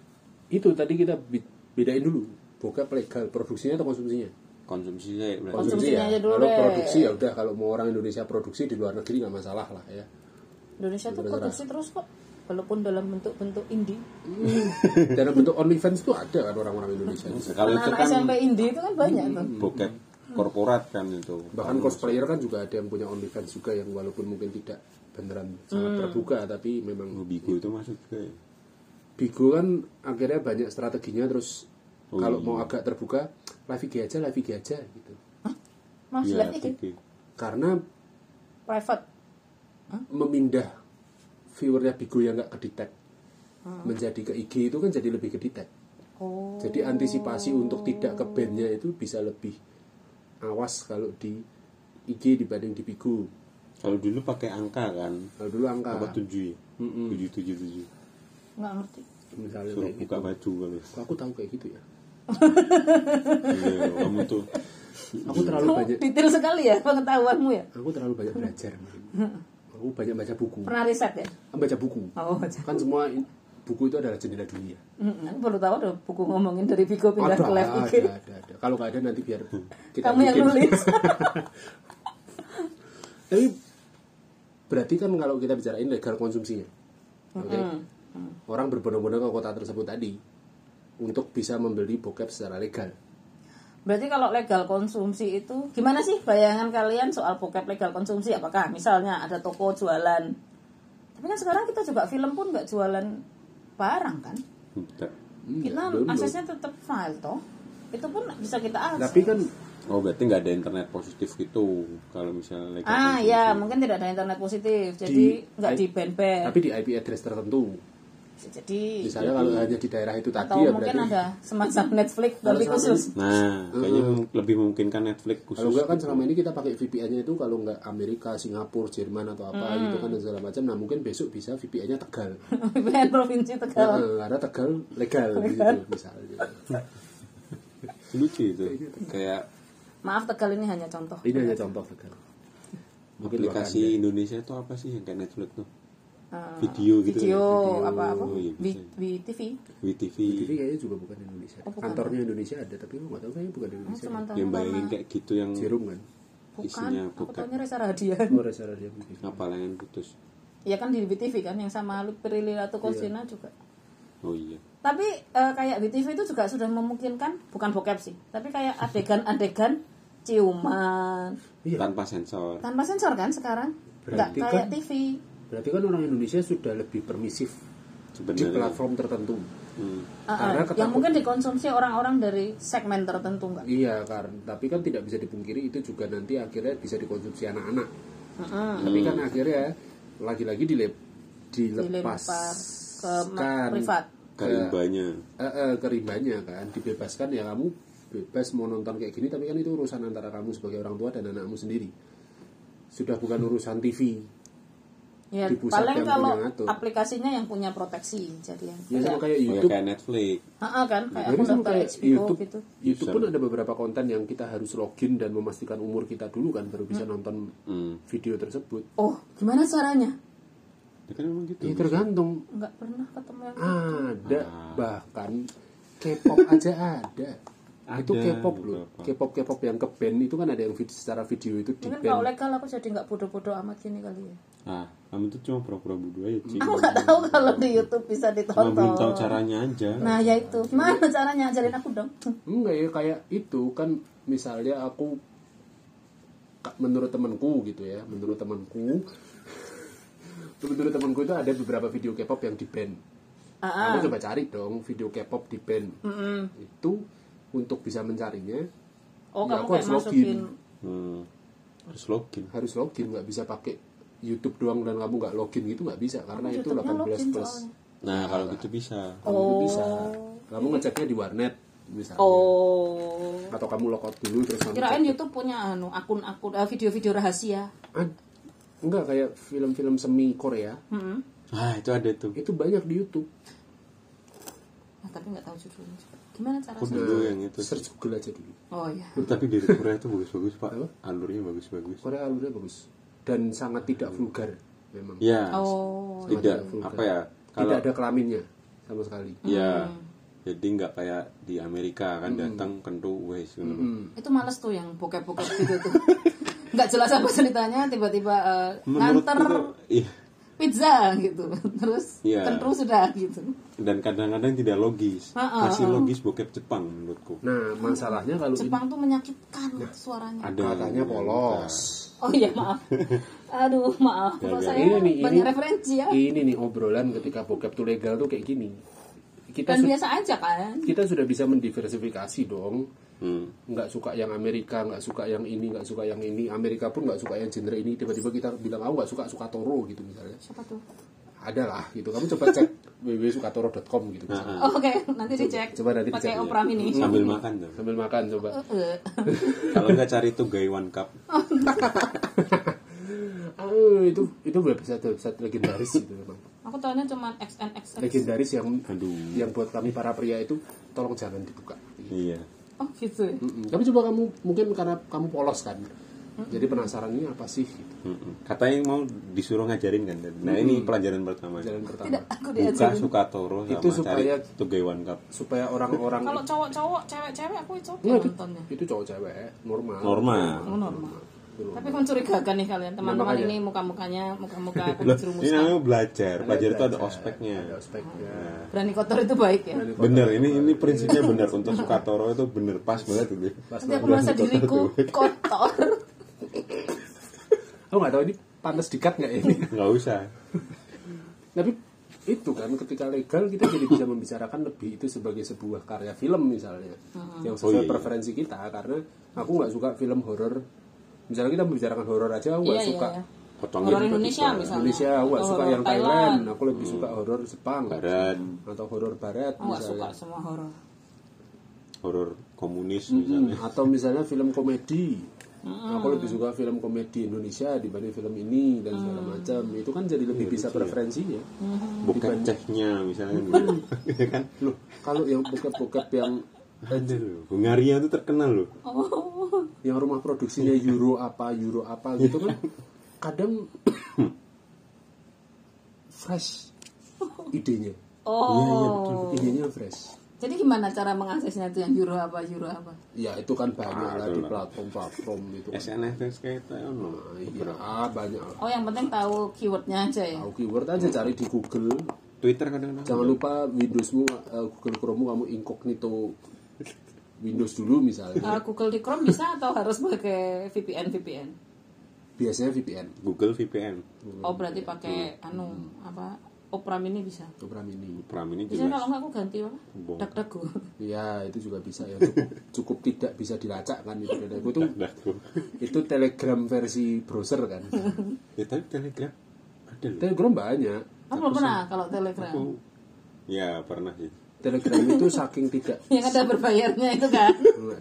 S1: itu tadi kita bi- bedain dulu. Bokep legal produksinya atau konsumsinya?
S3: konsumsi saya berarti
S2: Konsum- Konsumsinya aja dulu
S1: Kalau
S2: deh.
S1: produksi ya udah kalau mau orang Indonesia produksi di luar negeri nggak masalah lah ya.
S2: Indonesia tuh produksi terus kok walaupun dalam bentuk-bentuk indie. Hmm.
S1: Dalam bentuk OnlyFans tuh ada kan orang-orang Indonesia.
S3: kalau itu
S2: Anak-anak
S3: kan
S2: SMP indie itu kan banyak tuh.
S3: bokep korporat kan itu
S1: bahkan cosplayer kan juga ada yang punya OnlyFans juga yang walaupun mungkin tidak beneran sangat
S2: Hmm.
S1: terbuka tapi memang
S3: bigo itu masuk juga ya
S1: Bigo kan akhirnya banyak strateginya terus
S2: Oh,
S1: kalau
S2: iya.
S1: mau agak terbuka live IG aja live IG aja gitu
S3: Iya,
S2: Maksudnya gitu.
S3: oke.
S1: karena
S2: private.
S1: memindah viewernya Bigo yang nggak kedetek menjadi ke IG itu kan jadi lebih kedetek
S2: Oh.
S1: jadi antisipasi untuk tidak ke bandnya itu bisa lebih awas kalau di IG dibanding di Bigo
S3: kalau dulu pakai angka kan
S1: kalau dulu angka
S3: apa tujuh ya tujuh tujuh tujuh
S2: nggak ngerti.
S1: misalnya
S3: suruh
S1: kayak gitu.
S3: buka baju kalau
S1: Kok aku tahu kayak gitu ya
S3: Iya, kamu tuh
S1: aku terlalu
S2: Kamu
S1: banyak
S2: detail sekali ya pengetahuanmu ya.
S1: aku terlalu banyak belajar Min. aku banyak baca buku
S2: Pernah riset ya?
S1: baca buku
S2: Oh, jangan.
S1: kan semua in- buku itu adalah jendela dunia
S2: Mm-mm, baru tahu ada buku ngomongin dari Vigo pindah
S1: ada,
S2: ke Live IG.
S1: ada, ada, ada. Kalau nggak ada nanti biar
S3: Hmm.
S1: kita
S2: Kamu yang
S1: bikin.
S2: nulis.
S1: Tapi berarti kan kalau kita bicarain legal konsumsinya, oke? Orang berbondong-bondong ke kota tersebut tadi untuk bisa membeli bokep secara legal.
S2: Berarti kalau legal konsumsi itu gimana sih bayangan kalian soal bokep legal konsumsi? Apakah misalnya ada toko jualan? Tapi kan sekarang kita juga film pun nggak jualan barang kan?
S3: Enggak.
S2: Kita
S1: Hmm, belum, belum.
S2: aksesnya tetap file toh. Itu pun bisa kita akses.
S1: Tapi kan
S3: Oh berarti nggak ada internet positif gitu kalau misalnya gitu. legal
S2: ah
S3: konsumsi.
S2: ya mungkin tidak ada internet positif jadi
S1: Di-
S2: nggak di ban
S1: tapi di IP address tertentu,
S2: jadi
S1: misalnya kalau hanya di daerah itu tadi
S2: Iya. atau
S1: ya
S2: mungkin
S1: berarti.
S2: ada semacam Netflix tapi
S1: selama
S2: khusus
S3: Nah kayaknya mung- lebih memungkinkan Netflix khusus.
S1: Kalau enggak kan
S2: gitu.
S1: selama ini kita pakai VPN-nya itu kalau nggak Amerika, Singapura, Jerman atau apa gitu kan dan segala macam. Nah mungkin besok bisa VPN-nya Tegal.
S2: VPN provinsi Tegal
S1: Nah, ada Tegal legal gitu misalnya.
S3: lucu itu kayak gitu.
S2: maaf Tegal ini hanya contoh
S1: Ini
S3: Iya,
S1: hanya contoh Tegal. Mungkin
S3: aplikasi Indonesia itu apa sih yang kayak Netflix tuh?
S2: Eh,
S3: Video gitu.
S2: video
S3: ya?
S2: apa apa
S3: Oh, iya,
S2: di
S3: bisa.
S2: TV
S3: WTV.
S1: TV kayaknya juga bukan Indonesia.
S2: Oh, bukan. Oh,
S1: Kantornya Indonesia ada, tapi lu nggak tahu kayaknya bukan
S2: Aku
S1: Indonesia.
S2: cuma tahu
S3: Yang bayangin
S2: karena-
S3: kayak gitu yang
S1: Jerum kan?
S2: bukan
S3: isinya
S2: aku
S3: bokep.
S2: tahunya Reza Radian
S1: Oh, ada salah dia mungkin.
S3: ngapalangan putus.
S2: ya kan di BTV kan yang sama Lu Prilly
S3: Iya.
S2: Latukonsina juga
S3: Oh iya.
S2: tapi eh, kayak BTV itu juga sudah memungkinkan bukan bokep sih tapi kayak adegan-adegan ciuman
S1: Iya.
S3: Tanpa sensor.
S2: tanpa sensor kan sekarang nggak
S1: Berarti
S2: kayak
S1: kan-
S2: TV
S1: Berarti kan orang Indonesia sudah lebih permisif di
S3: Sebenarnya.
S1: platform tertentu.
S3: Hmm.
S2: Ah, ah,
S1: Karena
S2: yang
S1: ketakut-
S2: mungkin dikonsumsi orang-orang dari segmen tertentu nggak
S1: Iya kan, tapi kan tidak bisa dipungkiri itu juga nanti akhirnya bisa dikonsumsi anak-anak.
S2: Ah,
S1: Tapi kan akhirnya lagi-lagi dilep-
S3: Iya,
S1: dilepas
S2: dilempar ke ma- privat
S3: Karimbanya.
S1: eh, eh, ke rimbanya kan dibebaskan ya kamu bebas mau nonton kayak gini tapi kan itu urusan antara kamu sebagai orang tua dan anakmu sendiri sudah bukan urusan TV
S2: ya
S1: Di pusat
S2: paling
S1: yang
S2: kalau
S1: punya ngatur.
S2: aplikasinya yang punya proteksi jadi yang
S1: ya sama kayak
S3: Oh, ya,
S1: YouTube
S3: kayak Netflix.
S2: Ah, ah, kan
S1: Nah,
S2: kayak aku
S1: ini sama
S2: daftar
S1: kayak
S2: HBO
S1: YouTube
S2: gitu
S1: YouTube pun ada beberapa konten yang kita harus login dan memastikan umur kita dulu kan baru bisa nonton
S3: Hmm.
S1: video tersebut
S2: oh gimana caranya
S3: Ya kan memang gitu.
S1: ya tergantung
S2: nggak pernah ketemu yang
S1: Ah,
S3: Ah.
S1: ada bahkan K-pop aja ada itu
S3: Ada,
S1: K-pop loh
S3: beberapa.
S1: K-pop K-pop yang ke band itu kan ada yang vid- secara video itu di
S2: mungkin
S1: band
S2: kalau legal aku jadi kan nggak bodoh-bodoh amat gini kali ya
S3: Ah, kamu tuh cuma pura-pura bodoh aja, Ci.
S2: aku nggak tahu
S1: Hmm.
S2: kalau di YouTube bisa
S3: Cuma belum tahu
S2: ditonton
S3: caranya aja.
S2: nah ya itu gimana caranya ajarin aku dong
S1: Enggak ya kayak itu kan misalnya aku ka- menurut temanku gitu ya, menurut temanku menurut temanku itu ada beberapa video K-pop yang di ban.
S2: Ah, ah.
S1: Aku coba cari dong video K-pop di ban.
S2: Mm-mm.
S1: Itu untuk bisa mencarinya
S2: oh
S1: Ya,
S2: kamu
S1: aku
S2: kayak
S1: harus
S2: masukin
S1: login.
S3: Hmm. Harus login.
S1: harus login nggak bisa pakai YouTube doang dan kamu nggak login gitu nggak bisa karena itu
S2: YouTube-nya
S1: 18
S2: login
S1: plus.
S2: soalnya.
S3: Nah, kalau gitu bisa.
S1: Kamu itu
S2: Oh.
S1: bisa. Kamu ngeceknya di warnet misalnya.
S2: oh
S1: Atau kamu logout dulu terus kamu
S2: kirain
S1: cek.
S2: YouTube punya anu akun-akun eh, video-video rahasia
S1: An- Enggak kayak film-film semi Korea
S2: Mm-mm.
S3: Ah, itu ada tuh.
S1: itu banyak di YouTube.
S2: Nah, tapi nggak tahu judulnya juga. gimana cara
S3: Aku dulu yang itu.
S1: Search Google aja dulu.
S2: oh iya
S3: Tapi dari Korea itu bagus-bagus, Pak.
S1: Apa?
S3: Alurnya bagus-bagus.
S1: Korea alurnya bagus dan sangat tidak vulgar memang.
S3: Ya.
S2: Oh,
S3: tidak
S1: iya.
S3: apa ya? Kalau
S1: Tidak ada kelaminnya sama sekali.
S3: ya
S2: Hmm.
S3: jadi nggak kayak di Amerika kan datang kentu wes gitu.
S2: itu males tuh yang bokep-bokep gitu tuh nggak jelas apa ceritanya tiba-tiba eh, nganter
S3: itu, iya.
S2: pizza gitu terus
S3: Iya.
S2: kentrus sudah gitu
S3: dan kadang-kadang tidak logis.
S2: Ah, ah,
S3: Masih logis bokep Jepang menurutku.
S1: Nah masalahnya kalau ini
S2: Jepang tuh menyakitkan
S1: Ya.
S2: suaranya
S3: Ada
S1: katanya polos.
S2: oh iya maaf aduh maaf kalau saya
S1: Ya, Ini nih,
S2: banyak
S1: ini-
S2: referensi ya
S1: Ini nih obrolan ketika bokep tuh legal tuh kayak gini. Kita
S2: dan
S1: su-
S2: biasa aja kan
S1: kita sudah bisa mendiversifikasi dong.
S3: Hmm.
S1: Nggak suka yang Amerika, nggak suka yang ini, nggak suka yang ini. Amerika pun nggak suka yang genre ini. Tiba-tiba kita bilang aku nggak suka suka Toro gitu misalnya.
S2: siapa tuh
S1: Ada lah gitu. Kamu coba cek www.sukatoro.com gitu. misalnya.
S3: Ah, ah.
S2: Oh, oke nanti dicek
S1: coba nanti
S2: pakai
S1: dicek, ya.
S2: opera mini
S3: Sambil makan tuh.
S1: Sambil makan coba.
S2: Eh,
S3: Kalau nggak cari tuh gay one cup.
S1: Oh, itu itu website website legendaris itu memang.
S2: aku tahunya cuma XNXX
S1: Legendaris yang
S3: Aduh.
S1: yang buat kami para pria itu tolong jangan dibuka.
S3: Iya.
S2: oh gitu ya
S1: Hmm. Mm-mm. Tapi coba kamu mungkin karena kamu polos kan. Jadi penasaran ini apa sih? Gitu.
S3: Mm-mm. Katanya mau disuruh ngajarin kan. Nah, ini pelajaran pertama.
S1: Jalan pertama.
S2: Tidak, aku
S3: Buka
S2: diajarin.
S3: Sukatoro sama
S1: Itu supaya-
S3: cari Tugewan Cup.
S1: Supaya orang-orang
S4: Kalau cowok-cowok, cewek-cewek aku coba
S1: Nah, itu,
S4: nontonnya.
S1: itu cowok cewek eh, normal.
S3: Normal.
S4: Oh, normal.
S1: Itu normal.
S4: Tapi mencurigakan nih kalian teman-teman
S1: Ya, makanya. Iya.
S4: ini muka-mukanya muka-muka
S3: Loh, ini
S4: penjerumuskan.
S3: namanya belajar. Belajar itu ada
S1: Belajar,
S3: ospeknya.
S1: Ada ospeknya.
S2: Berani kotor itu baik ya.
S1: Berani kotor.
S3: Bener, ini ini prinsipnya bener untuk Sukatoro itu bener pas banget itu.
S1: Pas
S2: Nanti aku
S1: banget.
S2: merasa diriku kotor.
S1: Aku nggak tahu ini panas dikat nggak ini.
S3: Nggak usah.
S1: Tapi itu kan ketika legal kita jadi bisa membicarakan lebih itu sebagai sebuah karya film misalnya
S4: Mm-hmm.
S1: yang
S3: Oh,
S1: sesuai
S3: iya, iya.
S1: preferensi kita karena aku nggak suka film horor misalnya kita membicarakan horor aja aku nggak
S4: Iya, iya,
S1: suka
S4: iya.
S3: Potongin
S4: Orang
S3: tiba-tiba.
S4: Indonesia misalnya.
S1: Indonesia aku nggak
S4: Atau
S1: suka
S4: horor
S1: yang Thailand aku lebih suka horor Jepang
S3: Hmm. Barat,
S1: atau horor barat
S4: Aku nggak suka
S1: misalnya
S4: semua horor.
S3: horor komunis misalnya.
S1: atau misalnya film komedi
S4: Hmm.
S1: aku lebih suka film komedi Indonesia dibanding film ini dan segala
S4: Hmm.
S1: macam itu kan jadi
S3: Iya,
S1: lebih bisa preferensinya
S3: Bukan cehnya misalnya gitu. ya kan?
S1: loh kalau yang bokep-bokep yang
S3: Ada loh. Hungaria itu terkenal loh.
S1: Oh. yang rumah produksinya euro apa euro apa gitu kan kadang fresh idenya
S4: Oh.
S3: Iya, iya betul.
S1: idenya fresh
S2: Jadi gimana cara mengaksesnya itu yang euro apa euro apa?
S1: ya itu kan banyak lah di
S3: Aduh.
S1: platform-platform itu kan
S3: SNS kita ono.
S1: iya banyak lah
S2: Oh yang penting tahu keywordnya aja ya.
S1: tahu keyword aja cari di Google
S3: Twitter kadang-kadang.
S1: jangan lupa Windowsmu eh, Google Chrome kamu incognito Windows dulu misalnya
S4: Eh, Google di Chrome bisa atau harus pakai VPN VPN?
S1: biasanya VPN
S3: Google VPN.
S4: Oh berarti pakai anu apa? Opera Mini bisa.
S1: program ini
S3: Pram ini
S4: Bisa Iya,
S2: Iya,
S4: kalau
S3: jelas.
S4: nggak aku ganti apa?
S3: Bong.
S4: Dak dagu.
S1: ya itu juga bisa ya cukup, cukup tidak bisa dilacak kan itu beda itu tuh
S3: Dah tuh.
S1: itu telegram versi browser kan
S3: Ya tapi Telegram ada loh.
S1: telegram banyak
S2: Kamu belum pernah kalau Telegram?
S3: Aku- Ya pernah sih.
S1: telegram itu saking tidak
S2: Yang ada berbayarnya itu kan?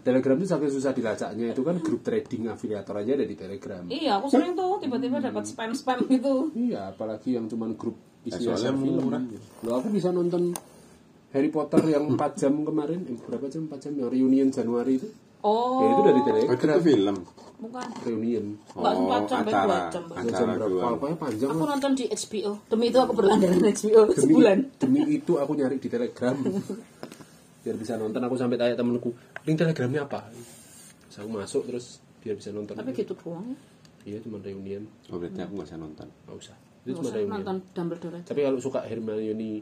S1: telegram itu saking susah dilacaknya itu kan grup trading afiliator aja ada di telegram
S4: Iya, aku sering tuh tiba-tiba dapat spam-spam gitu.
S1: iya apalagi yang cuman grup isinya
S3: Eh, soalnya
S1: share film
S3: murah.
S1: lo aku bisa nonton Harry Potter yang 4 jam kemarin eh, berapa jam 4 jam yang reunion Januari itu ya
S4: Oh,
S1: itu dari
S3: Oh, itu
S1: telegram
S3: tuh film.
S4: bukan.
S1: reunion
S4: Nggak sempat
S3: Oh,
S4: sampai
S3: acara.
S4: dua jam. Bang.
S1: Dua jam
S3: Acara
S1: berapa
S3: doang.
S1: pokoknya panjang
S4: Aku
S1: lah.
S4: nonton di HBO.
S2: Demi itu aku berlangganan HBO sebulan.
S1: Ya, demi itu aku nyari di telegram biar bisa nonton aku sampai tanya temenku link telegramnya apa terus aku masuk terus biar bisa nonton
S4: Tapi gitu doang.
S1: iya cuma reunion
S3: Oh berarti aku nggak usah nonton.
S1: nggak usah itu
S4: Nggak
S1: cuma
S4: usah
S1: reunion
S4: nonton Dumbledore.
S1: tapi kalau suka Hermione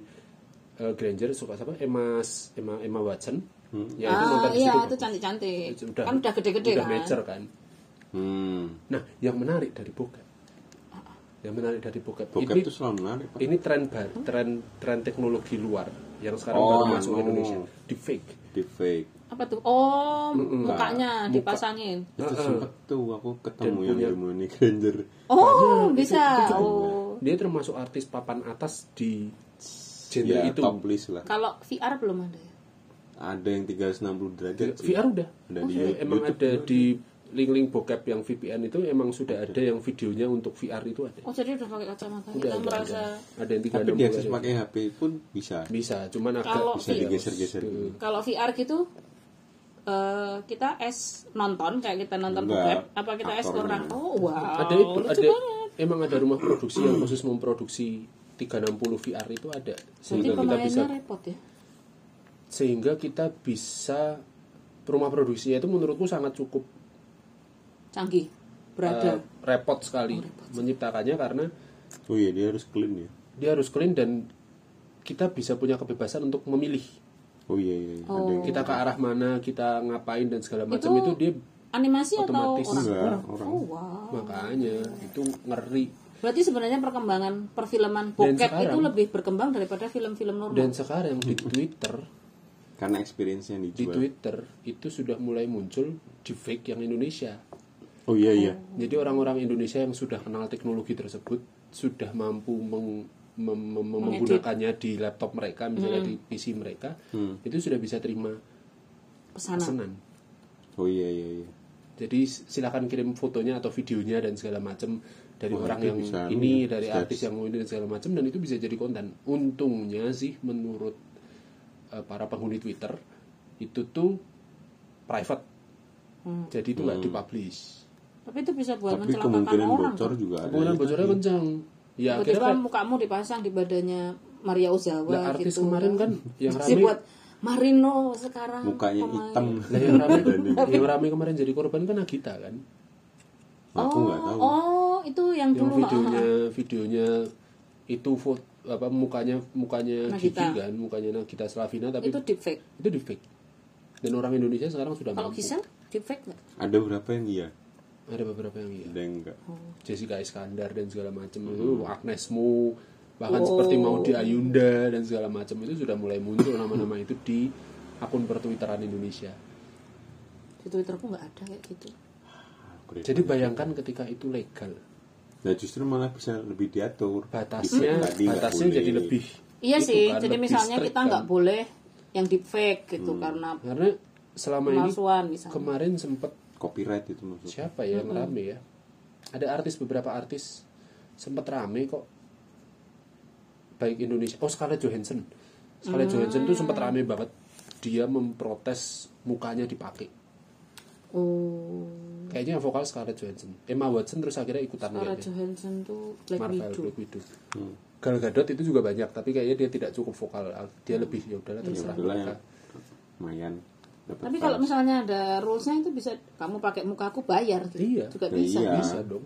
S1: eh, Granger suka siapa Emma Emma Emma Watson
S3: Hmm.
S1: ya itu
S4: Ah,
S1: nonton di
S4: iya,
S1: situ
S4: itu cantik-cantik.
S1: Itu
S4: Kan udah gede-gede
S1: udah
S4: kan.
S1: mature kan
S3: Hmm.
S1: nah yang menarik dari bokep
S4: Ah.
S1: yang menarik dari bokep,
S3: Bokep
S1: ini
S3: tuh selalu menarik. Pak.
S1: ini tren ba- tren tren teknologi luar yang sekarang
S3: Oh,
S1: baru masuk
S3: no.
S1: Indonesia di fake
S3: Di fake.
S4: Apa tuh? Oh,
S1: Mm-mm.
S4: mukanya
S1: Muka.
S4: dipasangin.
S3: Itu sempet tuh aku ketemu yang ilmu ini Granger.
S1: Iya,
S4: Oh, bisa. Oh.
S1: dia termasuk artis papan atas di genre
S3: Ya
S1: itu
S3: top list lah.
S4: Kalau VR belum ada ya?
S3: Ada yang 360 derajat. sih.
S1: VR udah
S3: Ada di
S1: Maksudnya
S3: YouTube
S1: emang ada di link-link bokep yang VPN itu emang sudah ada yang videonya untuk VR itu ada
S4: Oh, jadi udah pakai kacamata.
S1: udah
S4: Kita
S1: ada, ada
S4: merasa
S1: ada yang tiga
S3: Tapi diakses pakai HP pun bisa.
S1: bisa ya. cuman agak
S4: Kalau Oh,
S3: Bisa digeser-geser. gitu.
S4: kalau VR gitu eh kita es nonton kayak kita nonton bokep
S3: Enggak.
S4: apa kita es
S3: Aktornya.
S4: orang oh wow
S1: ada itu
S4: lucu
S1: ada
S4: banget
S1: emang ada rumah produksi yang khusus memproduksi 360 VR itu ada
S4: jadi
S1: sehingga kita bisa
S4: pemainnya repot ya
S1: sehingga kita bisa rumah produksinya itu menurutku sangat cukup
S4: canggih
S1: eh,
S4: berada
S1: repot
S4: Oh,
S1: sekali menciptakannya karena
S3: Oh iya dia harus clean ya.
S1: dia harus clean dan kita bisa punya kebebasan untuk memilih
S3: Oh iya iya. iya. Ada yang
S1: kita ke arah mana kita ngapain dan segala macam itu, dia
S4: animasi atau
S1: otomatis.
S4: orang
S3: enggak orang.
S4: oh wow
S1: makanya itu ngeri
S4: berarti sebenarnya perkembangan perfilman
S1: Dan
S4: bokep itu
S1: sekarang-
S4: lebih berkembang daripada film-film normal
S1: dan sekarang di Twitter
S3: Karena experience yang
S1: di
S3: dijual.
S1: Twitter itu sudah mulai muncul di fake yang Indonesia
S3: Oh iya iya.
S1: jadi orang-orang Indonesia yang sudah kenal teknologi tersebut sudah mampu meng- mem- mem- menggunakannya di laptop mereka misalnya di PC mereka itu sudah bisa terima
S4: pesanan
S1: pesanan
S3: Oh iya iya iya.
S1: Jadi silakan kirim fotonya atau videonya dan segala macam dari orang
S3: itu
S1: yang
S3: bisa anu
S1: ini,
S3: ya,
S1: dari
S3: status.
S1: artis yang ini dan segala macam dan itu bisa jadi konten. Untungnya sih menurut eh, para penghuni Twitter
S2: Hmm.
S3: Hmm.
S1: itu tuh private. Jadi itu nggak dipublish.
S2: Tapi itu bisa buat
S3: tapi
S2: mencelakakan
S3: kemungkinan
S2: orang.
S3: bocor
S2: kan?
S3: juga ada.
S1: Kemungkinan bocornya kencang. Ya
S2: Tiba-tiba
S1: akhirnya kan,
S2: mukamu dipasang di badannya Maria Ozawa
S1: lah artis
S2: gitu.
S1: kemarin kan yang
S2: Terus
S1: rame,
S2: dibuat Marino sekarang
S3: Mukanya
S2: pemain.
S3: hitam.
S1: lah yang rame, yang rame kemarin jadi korban kan Nagita kan,
S3: Aku nggak tahu.
S2: Oh, itu yang
S1: yang
S2: dulu Mbak.
S1: videonya videonya itu foto apa mukanya mukanya
S2: Nagita.
S1: Gigi kan, mukanya Nagita Slavina tapi
S2: itu
S1: itu,
S2: deepfake.
S1: di fake. Dan orang Indonesia sekarang sudah
S2: Kalau
S1: mampu.
S2: Gisel deepfake nggak?
S3: Ada berapa yang iya,
S1: Ada beberapa yang iya.
S3: ada yang Nah, enggak.
S2: Hmm.
S1: Jessica Iskandar dan segala macam itu
S3: Hmm.
S1: Agnes Mo bahkan
S2: Oh.
S1: seperti Maudy Ayunda dan segala macam itu sudah mulai muncul nama-nama itu di akun pertwitteran Indonesia.
S2: Di Twitterku nggak ada kayak gitu.
S3: Aku lihat.
S1: Jadi bayangkan ketika itu legal
S3: Nah justru malah bisa lebih diatur.
S1: batasnya
S3: Di- tadi nggak
S1: batasnya
S3: boleh.
S1: jadi lebih
S2: Iya
S1: itu
S2: sih,
S1: kan,
S2: jadi
S1: lebih
S2: misalnya
S1: strict
S2: kita
S1: kan. Oh,
S2: nggak boleh yang deepfake gitu karena
S1: karena selama ini
S2: pemalsuan misalnya.
S1: kemarin sempat
S3: Copyright itu maksudnya.
S1: siapa ya yang rame ya ada artis beberapa artis sempat rame kok baik Indonesia oh Scarlett Johansson Scarlett
S2: Mm.
S1: Johansson tuh sempat rame banget dia memprotes mukanya dipakai
S2: Oh,
S1: kayaknya yang vokal Scarlett Johansson Emma Watson terus akhirnya ikutan kayaknya.
S2: Scarlett Johansson tuh Black
S1: Iya, Marvel
S2: Widow.
S1: Black Widow Gal Gadot itu juga banyak tapi kayaknya dia tidak cukup vokal dia lebih ya udahlah
S2: Iya.
S1: terus
S3: Ya udahlah yang lumayan dapat
S2: Tapi kalau misalnya ada rulesnya itu bisa kamu pakai mukaku bayar gitu.
S1: Iya.
S2: Juga
S3: Ya
S2: bisa.
S3: iya.
S1: bisa dong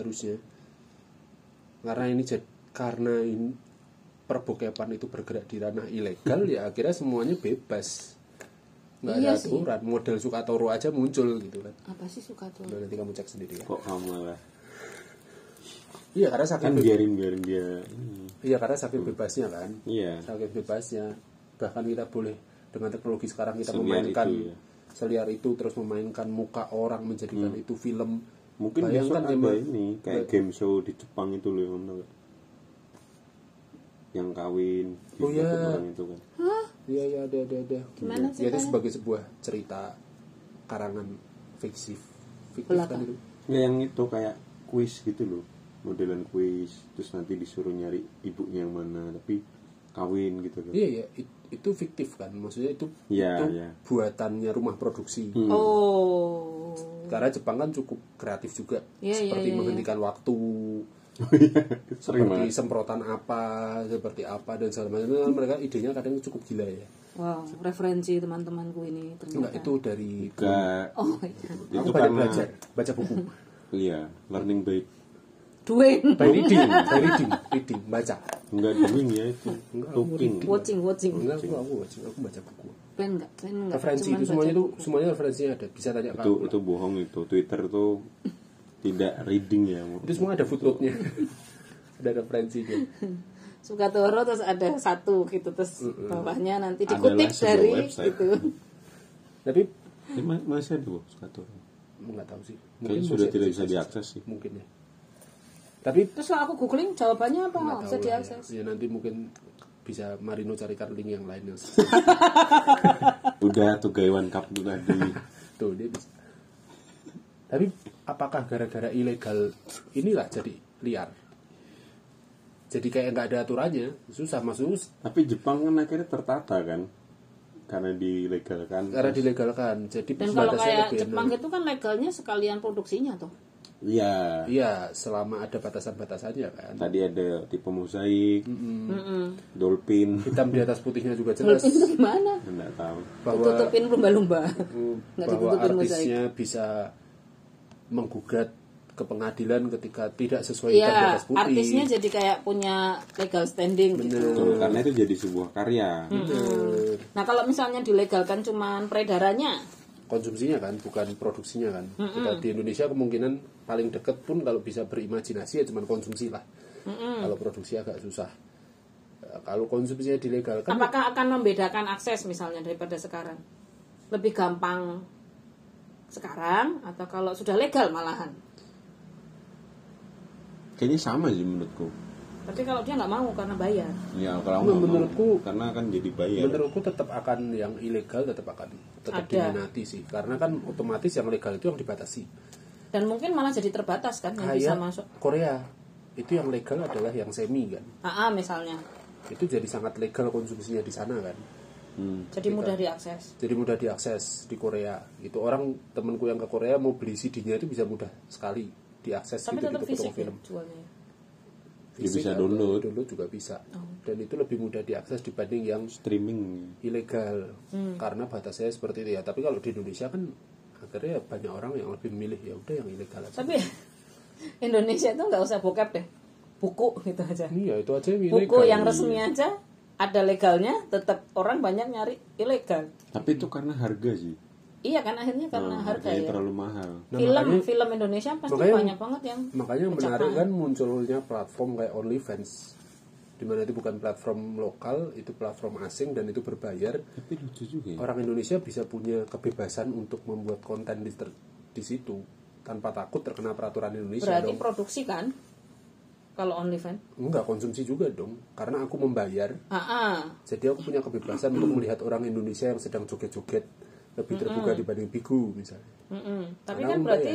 S1: harusnya karena ini jad- karena ini perbokepan itu bergerak di ranah ilegal ya akhirnya semuanya bebas nggak ada
S2: Iya sih.
S1: aturan model Sukatoro aja muncul gitu kan
S2: Apa sih suka tuh?
S1: Nah, nanti kamu cek sendiri ya
S3: kok kamu malah
S1: iya karena
S3: kan
S1: saking be-
S3: biarin biarin dia ini.
S1: iya karena saking bebasnya kan
S3: Iya.
S1: saking bebasnya bahkan kita boleh dengan teknologi sekarang kita
S3: Seliar
S1: memainkan
S3: itu, ya.
S1: seliar itu terus memainkan muka orang menjadikan itu film
S3: Hmm. Mungkin
S1: Bayangkan
S3: besok ada
S1: emang-
S3: ini kayak game show di Jepang itu loh yang mana nggak? yang kawin di
S1: Oh, iya.
S3: satu orang itu kan.
S1: Iya iya ada ada ada.
S2: Gimana
S1: Ya, itu
S2: ceritanya?
S1: sebagai sebuah cerita karangan fiksi fiktif
S2: Belaka.
S1: kan itu.
S3: Ya yang itu kayak kuis gitu loh, modelan kuis terus nanti disuruh nyari ibunya yang mana tapi kawin gitu kan.
S1: Iya iya it- itu fiktif kan maksudnya itu
S3: Iya,
S1: itu
S3: iya.
S1: buatannya rumah produksi.
S3: Hmm.
S2: Oh.
S1: Karena Jepang kan cukup kreatif juga
S2: Iya, iya,
S1: seperti
S2: iya, iya.
S1: menghentikan waktu
S3: Sering
S1: seperti
S3: banget.
S1: semprotan apa seperti apa dan segala macam Kan mereka idenya kadang cukup gila ya.
S2: Wow, referensi teman-temanku ini ternyata.
S1: Enggak itu dari
S3: Enggak.
S2: Oh my god.
S1: aku
S3: itu
S1: banyak
S3: karena
S1: belajar baca buku
S3: iya, learning by
S2: Doing,
S1: by reading by reading reading baca
S3: enggak doing ya itu talking.
S2: watching, watching.
S1: enggak aku aku baca aku baca buku
S2: Plan enggak? Plan enggak?
S1: referensi itu
S2: Cuman
S1: semuanya
S2: baca
S1: itu
S2: buku.
S1: semuanya referensinya ada bisa tanya ke
S3: Itu
S1: aku lah.
S3: itu bohong itu. Twitter tuh tidak reading ya.
S1: itu semua ada footnote-nya ada referensinya
S2: Sukatoro terus ada satu gitu terus bawahnya nanti
S3: Adalah
S2: dikutip
S3: sebuah
S2: dari
S3: website.
S2: gitu.
S1: tapi
S3: Ya, ma- masih ada loh satu.
S1: nggak tahu sih
S3: Kayaknya
S1: masih
S3: sudah
S1: ada
S3: tidak
S1: sih,
S3: bisa diakses sih.
S1: mungkin ya tapi
S2: Terus kalau aku googling jawabannya apa?
S1: nggak
S2: Nggak
S1: tahu
S2: bisa
S1: lah ya.
S2: diakses.
S1: ya nanti mungkin bisa Marino carikan link yang lain yang
S3: Udah tuh Gaiwan Cup tuh tadi.
S1: tuh dia bisa. tapi apakah gara-gara ilegal inilah jadi liar jadi kayak nggak ada aturannya susah masuk
S3: Tapi Jepang kan akhirnya tertata kan karena dilegalkan.
S1: karena dilegalkan jadi
S2: Dan kalau
S1: batasnya
S2: kayak
S1: lebih
S2: Jepang
S1: enak.
S2: gitu kan legalnya sekalian produksinya tuh.
S3: Iya.
S1: Iya, selama ada batasan-batasannya kan.
S3: Tadi ada tipe mozaik, dolphin,
S1: Hitam di atas putihnya juga jelas
S2: Dolphin itu gimana?
S3: enggak tahu.
S1: bahwa
S2: Tutupin lumba-lumba. Nggak
S1: bahwa
S2: ditutupin mozaik.
S1: artisnya bisa menggugat ke pengadilan ketika tidak sesuai hitam di
S2: Iya,
S1: atas putih.
S2: artisnya jadi kayak punya legal standing gitu.
S3: Betul, karena itu jadi sebuah karya.
S2: Nah kalau misalnya dilegalkan cuman peredarannya,
S1: Konsumsinya kan, bukan produksinya kan. Kita di Indonesia kemungkinan paling deket pun kalau bisa berimajinasi ya cuman konsumsi lah. Kalau produksi agak susah. Eh, Kalau konsumsinya kan dilegalkan,
S2: apakah akan membedakan akses misalnya daripada sekarang? Lebih gampang sekarang atau kalau sudah legal malahan?
S3: Kayaknya sama sih menurutku.
S2: Tapi kalau dia nggak mau karena bayar.
S3: Ya kalau
S1: Nah,
S3: nggak mau,
S1: menurutku-
S3: karena kan jadi bayar.
S1: menurutku tetap akan yang ilegal tetap akan tetap
S2: Ada.
S1: diminati sih karena kan otomatis yang legal itu yang dibatasi
S2: Dan mungkin malah jadi terbatas kan yang bisa
S1: kayak
S2: masuk.
S1: Korea itu yang legal adalah yang semi kan
S2: AA Ah, misalnya.
S1: itu jadi sangat legal konsumsinya di sana kan
S2: jadi mudah diakses
S1: jadi mudah diakses di Korea gitu orang temenku yang ke Korea mau beli CD-nya itu bisa mudah sekali diakses
S2: tapi
S1: gitu
S2: tetap
S1: gitu
S2: fisik ya
S1: film
S2: jualnya
S3: Ya, bisa download.
S1: dulu juga bisa
S2: Oh.
S1: dan itu lebih mudah diakses dibanding yang
S3: streaming
S1: ilegal
S2: Hmm.
S1: karena batasnya seperti itu ya tapi kalau di Indonesia kan akhirnya banyak orang yang lebih memilih ya udah yang ilegal aja
S2: tapi Indonesia itu nggak usah bokep deh buku gitu aja
S1: iya itu aja yang ilegal
S2: buku yang resmi aja ada legalnya tetap orang banyak nyari ilegal
S3: tapi itu karena harga sih
S2: iya kan akhirnya karena
S3: Nah,
S2: harga
S3: harganya
S2: ya
S3: terlalu mahal
S1: Nah,
S2: film
S1: makanya-
S2: film Indonesia pasti
S1: makanya-
S2: banyak banget yang
S1: makanya yang
S2: pecah
S1: menarik
S2: tangan.
S1: kan munculnya platform kayak OnlyFans dimana itu bukan platform lokal itu platform asing dan itu berbayar
S3: tapi lucu juga
S2: Iya.
S3: ya
S1: orang Indonesia bisa punya kebebasan untuk membuat konten di, ter- di situ tanpa takut terkena peraturan Indonesia
S2: berarti
S1: dong
S2: produksi kan kalau OnlyFans
S1: enggak konsumsi juga dong karena aku membayar
S2: ah, ah.
S1: jadi aku punya kebebasan untuk melihat orang Indonesia yang sedang joget-joget lebih terbuka dibanding bigu misalnya
S2: Mm-mm.
S1: Karena ya?
S2: tapi kan
S1: membayar.
S2: berarti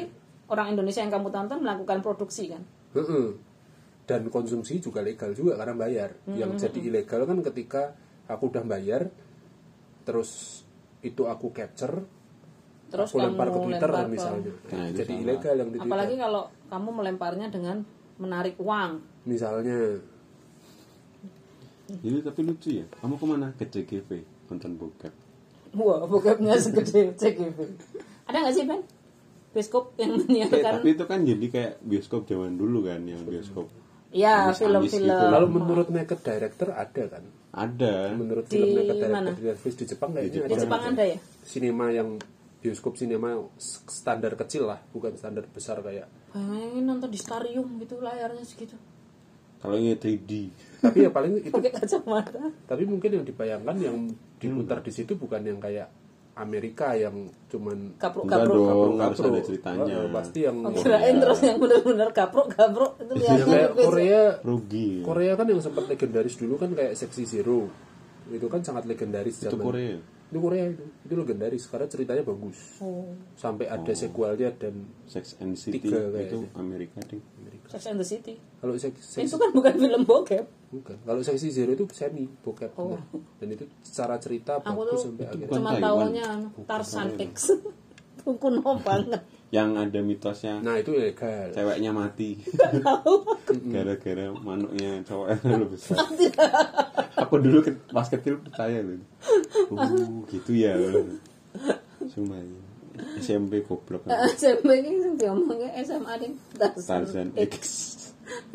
S2: orang Indonesia yang kamu tonton melakukan produksi kan
S1: Heeh. Dan konsumsi juga legal juga karena bayar. Yang jadi ilegal kan ketika aku udah bayar, terus itu aku capture,
S2: terus
S1: aku lempar ke
S2: kamu
S1: Twitter
S2: lempar ke-
S1: misalnya.
S3: Nah,
S1: Nah,
S3: itu
S1: jadi
S3: salah.
S1: ilegal yang di Twitter.
S2: apalagi kalau kamu melemparnya dengan menarik uang
S1: Misalnya,
S3: jadi tapi lucu ya kamu kemana ke CGV konten bokep
S2: Wah, bokepnya segede CGV. Ada nggak sih, Ben? Bioskop yang
S3: Eh,
S2: menyiarkan?
S3: tapi itu kan jadi kayak bioskop zaman dulu kan yang bioskop
S2: ya,
S3: Amis-amis gitu
S2: film-film.
S3: lah.
S1: lalu menurut Naked Director ada kan?
S3: ada
S1: Menurut
S2: Di
S1: film Naked
S2: mana?
S1: Director di Netflix di Jepang kayaknya
S2: Di
S1: ada.
S2: Jepang ada ya?
S1: Sinema yang bioskop sinema standar kecil lah, bukan standar besar kayak.
S2: Bayangin nonton di stadium gitu layarnya segitu.
S3: kalau ini 3D
S1: Tapi ya paling itu
S2: Pakai kacamata.
S1: Tapi mungkin yang dibayangkan yang diputar
S3: Hmm.
S1: di situ bukan yang kayak Amerika yang cuman
S3: enggak
S2: Kapruk-kapruk.
S3: dong harus
S1: Kapro.
S3: ada ceritanya
S1: Oh, pasti yang
S2: Oh,
S3: Iya.
S2: kirain terus yang benar-benar kapruk-kapruk itu gitu
S1: yang
S2: lihatnya
S1: kayak
S2: di PC.
S1: Korea
S3: rugi ya.
S1: Korea kan yang sempat legendaris dulu kan kayak Sexy Zero itu kan sangat legendaris
S3: itu
S1: zaman-
S3: Korea
S1: itu Korea itu itu legendaris karena ceritanya bagus
S2: Oh,
S1: sampai ada sequelnya dan
S3: Sex and City
S1: Tiga gitu.
S3: itu
S1: kayaknya.
S3: Amerika deh
S2: Sex and the City.
S1: kalau Sex-
S2: Itu
S1: Sex-
S2: kan bukan film bokep.
S1: bukan. kalau Sexy Zero itu semi bokep
S2: Eh. Oh.
S1: Nah, dan itu secara cerita
S2: Aku
S1: bagus
S2: tuh
S1: sampai akhirnya
S2: Cuma
S3: Taiwan.
S2: taunya anu, Tarzan X. Itu kuno banget.
S3: yang ada mitosnya
S1: nah itu ilegal
S3: ceweknya mati gara-gara manuknya cowoknya lebih besar aku dulu ke- pas kecil percaya gitu uh gitu ya cuma SMP goblok kan.
S2: SMP ini yang diomongnya SMA deh.
S1: Eh,
S3: Tarzan X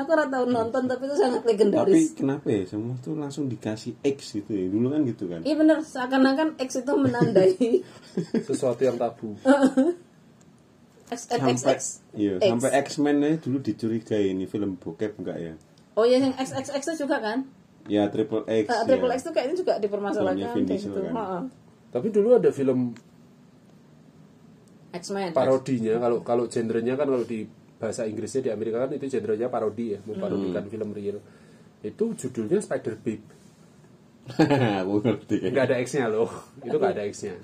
S2: Aku ora tau nonton tapi itu sangat legendaris.
S3: tapi kenapa ya semua tuh langsung dikasih X gitu ya dulu kan gitu kan
S2: Iya bener, seakan-akan X itu menandai
S1: sesuatu yang tabu
S2: Eh. X, X, X,
S3: sampai
S2: X.
S3: iya
S2: X.
S3: sampai X-Men aja dulu dicurigai ini film bokep enggak ya
S2: Oh iya yang X, X, X itu juga kan?
S3: ya Triple X
S2: Eh,
S3: ya.
S2: Triple X itu kayaknya juga
S3: Filmnya
S2: dipermasalahkan kayak
S3: Vin Diesel
S2: gitu.
S3: kan?
S2: Heeh.
S1: tapi dulu ada film
S2: X-Men.
S1: parodinya kalau kalau genrenya kan kalau di bahasa Inggrisnya di Amerika kan itu genrenya parodi ya memparodikan film real itu judulnya Spider Babe
S3: aku ngerti
S1: nggak ada X-nya loh itu nggak ada X-nya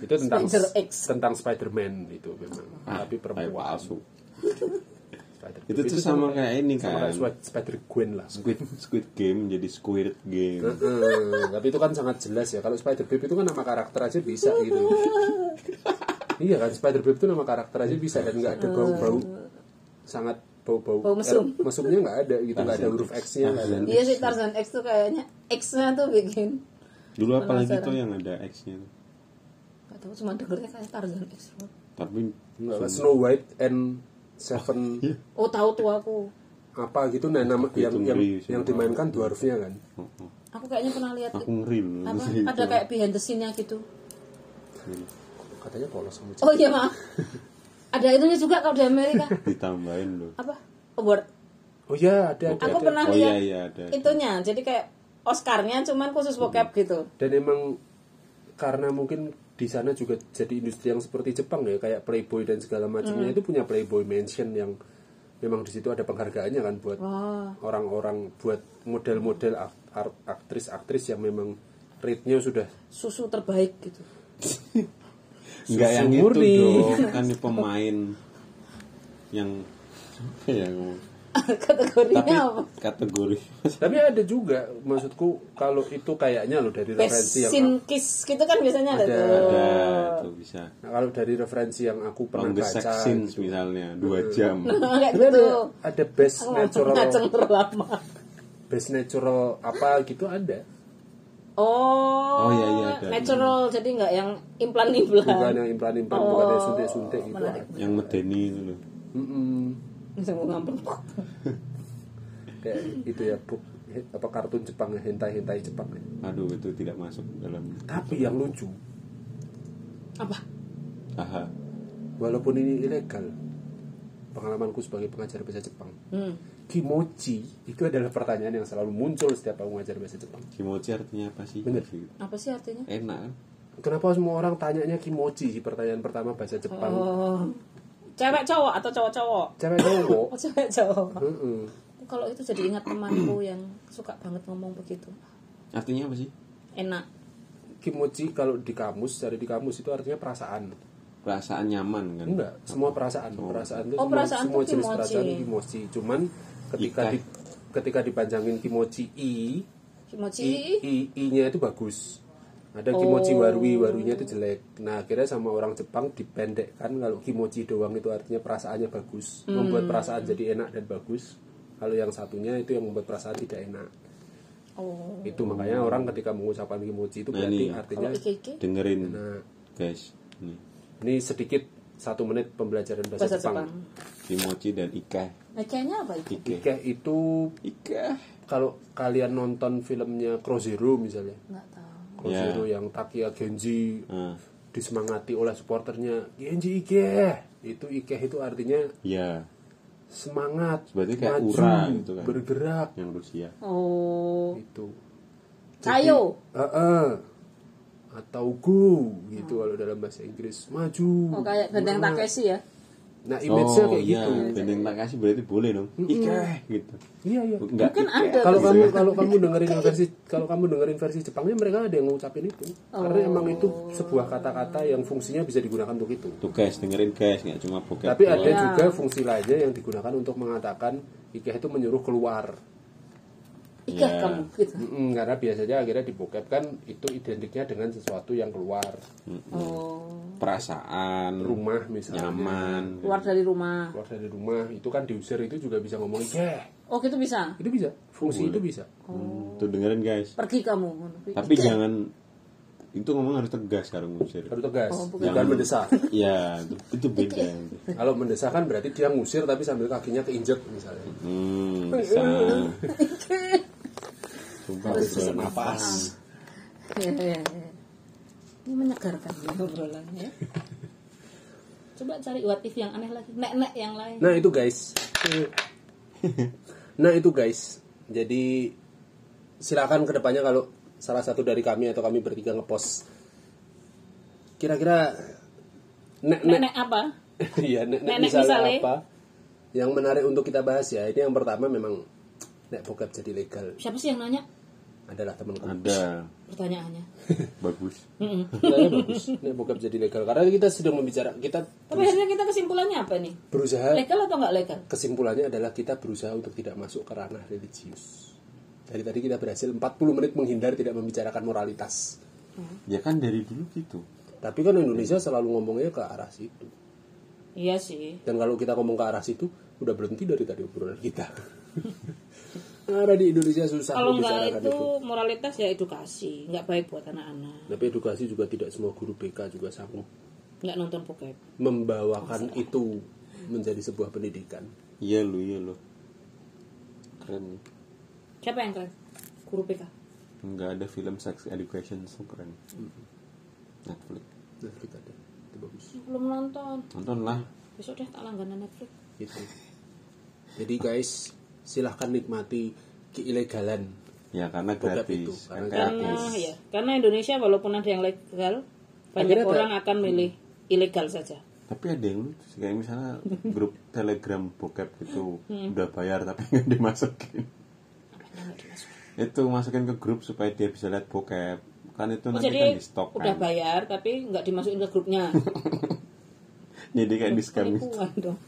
S1: itu tentang
S2: Spider X.
S1: tentang Spider-Man itu memang
S3: Ah,
S1: tapi
S3: tai
S1: perempuan
S3: palsu.
S1: Spider-Man.
S3: itu tuh sama kayak
S1: sama
S3: ini kan
S1: kayak Swi- Spider Gwen lah
S3: Squid Squid Game jadi Squid Game
S1: Heeh, tapi itu kan sangat jelas ya kalau Spider Babe itu kan nama karakter aja bisa gitu iya kan Spider Babe itu nama karakter aja bisa dan nggak ada bau-bau sangat bau-bau
S2: Bau mesum.
S1: Eh, mesumnya nggak ada gitu nggak ada huruf X-nya nggak ada.
S3: Tarzan.
S2: Iya sih Tarzan X tuh kayaknya X-nya tuh bikin
S3: dulu apalagi
S2: Penasaran.
S3: tuh yang ada X-nya tuh.
S2: Gak tau cuma dengernya kayak Tarzan X doang.
S3: tapi
S1: Nggak, kan? Snow White and Seven
S2: Oh tahu tuh aku
S1: apa gitu nah nama
S3: Itu
S1: yang yang,
S3: ngeri sih.
S1: yang dimainkan dwarfnya kan
S3: oh, oh,
S2: Aku kayaknya pernah lihat
S3: aku
S2: itu.
S3: ngeri loh
S2: Apa?
S3: Itu.
S2: Ada kayak behind the scene-nya gitu
S3: Ngeri.
S1: katanya polos sama
S2: Oh iya maaf Ada itunya juga kalau di Amerika
S3: ditambahin loh
S2: Apa? Award
S1: oh iya ada ada,
S2: Aku
S1: ada.
S2: pernah
S3: oh iya
S2: lihat
S3: iya ada
S2: itunya jadi kayak Oscarnya cuman khusus bokep gitu
S1: dan emang karena mungkin di sana juga jadi industri yang seperti Jepang ya kayak Playboy dan segala
S2: Mm.
S1: macamnya itu punya Playboy Mansion yang memang di situ ada penghargaannya kan buat orang-orang buat model-model ak- ar- aktris-aktris yang memang rate-nya sudah
S2: susu terbaik gitu
S3: nggak
S1: Susu
S3: yang itu
S1: murni.
S3: dong kan ini pemain yang apa ya ngomong
S5: kategorinya
S3: tapi
S5: apa?
S3: kategori
S1: Tapi ada juga maksudku kalau itu kayaknya loh dari referensi yang
S2: Besin kiss gitu kan biasanya ada,
S1: Ada,
S2: tuh.
S3: ada tuh bisa
S1: Nah, kalau dari referensi yang aku pernah
S3: longest
S1: baca, Hmm.
S3: sex scenes misalnya dua jam
S2: Kayak
S1: Sebenarnya
S2: gitu.
S1: ada, ada best natural,
S2: Ngaceng terlama.
S1: best natural apa gitu ada.
S2: Oh,
S3: Oh, iya, iya, ada.
S2: natural jadi nggak yang implan-implan.
S1: Bukan yang implan-implan, bukan
S2: Oh,
S1: yang suntik-suntik gitu. ada.
S3: yang medeni itu loh
S1: Mm-mm.
S2: Langsung ngampel.
S1: Kayak itu ya bu, he- apa kartun Jepang ya, hentai-hentai Jepang. ya.
S3: aduh itu tidak masuk dalam
S1: Tapi yang lucu,
S2: Apa?
S3: aha
S1: walaupun ini ilegal, pengalamanku sebagai pengajar bahasa Jepang,
S2: Hmm.
S1: kimochi itu adalah pertanyaan yang selalu muncul setiap aku mengajar bahasa Jepang.
S3: kimochi artinya apa sih Gitu.
S1: Bener.
S2: Apa sih artinya?
S3: enak kan?
S1: Kenapa semua orang tanyanya kimochi? Pertanyaan pertama bahasa Jepang.
S2: Oh. Cewek cowok atau cowok-cowok?
S1: Cewek cowok.
S2: Oh, cewek cowok.
S1: Heeh.
S2: Kalau itu jadi ingat temanku yang suka banget ngomong begitu.
S3: artinya apa sih
S2: Enak.
S1: Kimochi kalau di kamus, cari di kamus itu artinya perasaan.
S3: perasaan nyaman kan
S1: Enggak, semua perasaan. Perasaan itu
S2: Oh,
S1: semua,
S2: perasaan
S1: semua
S2: tuh
S1: jenis
S2: kimochi.
S1: perasaan itu kimochi. Cuman ketika
S3: Ikai.
S1: di, ketika dipanjangin kimochi i,
S2: Kimochi.
S1: i i-nya itu bagus. Ada kimochi warui,
S2: Oh.
S1: warunya itu jelek. Nah, akhirnya sama orang Jepang dipendekkan kalau kimochi doang itu artinya perasaannya bagus,
S2: Hmm.
S1: membuat perasaan jadi enak dan bagus. Kalau yang satunya itu yang membuat perasaan tidak enak.
S2: Oh.
S1: Itu makanya orang ketika mengucapkan kimochi itu
S3: Nah,
S1: berarti
S3: ini.
S1: artinya
S2: Kalau iki-iki
S3: dengerin
S1: Nah.
S3: guys nih
S1: Ini sedikit satu menit pembelajaran bahasa,
S2: bahasa
S1: Jepang.
S2: Jepang.
S3: kimochi dan ikai
S2: Nah, kayaknya apa itu?
S3: ikai
S1: Ikeh itu
S3: ikai
S1: kalau kalian nonton filmnya Crow Zero misalnya,
S2: Nggak tahu.
S1: Crow
S3: Ya.
S1: Zero yang Takia Genji
S3: Ah,
S1: disemangati oleh supporternya, Genji Ikeh. Itu Ikeh itu artinya
S3: ya
S1: semangat,
S3: Berarti kayak
S1: maju,
S3: ura gitu kan.
S1: bergerak gitu.
S3: yang Rusia
S2: Oh.
S1: itu.
S2: Cayo.
S1: atau go gitu kalau dalam bahasa Inggris maju.
S2: Oh, kayak gendeng
S1: semangat.
S2: Takeshi ya.
S1: Nah, image-nya kayak
S3: iya,
S1: gitu.
S3: Benteng tak kasih berarti boleh dong. Ikai gitu.
S1: Iya, iya.
S3: Enggak.
S2: Mungkin
S3: Ikai.
S2: ada.
S1: kalau
S2: tuh.
S1: kamu kalau kamu dengerin yang versi kalau kamu dengerin versi Jepangnya mereka ada yang ngucapin itu karena
S2: Oh.
S1: emang itu sebuah kata-kata yang fungsinya bisa digunakan untuk itu
S3: Tuh guys, dengerin guys, nggak cuma bokep.
S1: tapi
S3: doang.
S1: ada juga fungsi lainnya yang digunakan untuk mengatakan Ikeh itu menyuruh keluar
S2: Ika
S3: Iya.
S2: kamu gitu.
S1: Mm-mm, karena biasanya akhirnya di bokep kan itu identiknya dengan sesuatu yang keluar
S2: Oh.
S3: perasaan
S1: rumah misalnya
S3: Ya. nyaman.
S2: Keluar dari rumah.
S1: keluar dari rumah itu kan diusir itu juga bisa ngomong Ikeh
S2: Oh, gitu bisa.
S1: itu bisa fungsi itu bisa Oh.
S3: Hmm, Tuh dengerin guys.
S2: Pergi kamu.
S3: Tapi jangan itu ngomong harus tegas kalau ngusir.
S1: harus tegas
S2: Oh, bukan.
S1: bukan, mendesak
S3: Iya, itu, itu beda.
S1: kalau mendesak kan berarti dia ngusir tapi sambil kakinya keinjek misalnya
S3: Hmm, bisa. Sumpah betul.
S1: nafas
S2: Iya, iya, iya. Ini menyegarkan ya, obrolannya. Coba cari what if yang aneh lagi. Nek-nek yang lain.
S1: Nah itu guys. Nah itu guys. Jadi silakan kedepannya kalau salah satu dari kami atau kami bertiga ngepost. Kira-kira nek nek
S2: Nek-nek apa?
S1: iya nek nek
S2: Nenek
S1: misalnya
S2: misalnya.
S1: apa yang menarik untuk kita bahas ya. Ini yang pertama memang nek bokep jadi legal
S2: Siapa sih yang nanya?
S1: adalah temanku.
S3: Ada
S2: Pertanyaannya.
S3: bagus.
S2: Mm-mm.
S1: Katanya Nah, bagus. Nek bokep jadi legal karena kita sedang membicara kita
S2: Tapi akhirnya kita kesimpulannya apa nih?
S1: berusaha
S2: Legal atau nggak legal?
S1: kesimpulannya adalah kita berusaha untuk tidak masuk ke ranah religius. Dari tadi kita berhasil 40 menit menghindar tidak membicarakan moralitas.
S3: Ya kan dari dulu gitu.
S1: Tapi kan Indonesia selalu ngomongnya ke arah situ.
S2: Iya sih.
S1: Dan kalau kita ngomong ke arah situ, udah berhenti dari tadi obrolan kita. Karena di Indonesia susah
S2: Kalau nggak
S1: membicarakan
S2: itu
S1: itu.
S2: moralitas ya edukasi. Nggak baik buat anak-anak.
S1: Tapi edukasi juga tidak semua guru BK juga sanggup
S2: Nggak nonton pokep.
S1: membawakan itu menjadi sebuah pendidikan.
S3: Iya lu, iya lu. Keren.
S2: Siapa yang keren? Guru PK.
S3: Enggak ada film sex education so keren. Netflix.
S1: Nah, kita ada. Itu bagus.
S2: Belum nonton.
S3: Nonton lah.
S2: Besok deh tak langganan Netflix.
S1: Gitu. Jadi guys, silahkan nikmati keilegalan
S3: Ya karena
S1: Bokep
S3: gratis.
S1: itu,
S3: Kan
S1: karena
S2: karena
S3: gratis.
S2: ya karena Indonesia walaupun ada yang legal banyak
S1: Akhirnya ada- Hmm.
S2: orang akan milih ilegal saja
S3: Tapi ada yang lucu sih, kayak misalnya grup Telegram bokep gitu udah bayar tapi nggak dimasukin. itu masukin ke grup supaya dia bisa lihat bokep. Kan
S2: Oh,
S3: itu nanti kan
S2: jadi
S3: di stok
S2: udah
S3: kan.
S2: bayar tapi nggak dimasukin ke grupnya
S3: Jadi kayak Iya. diskon.
S2: penipuan dong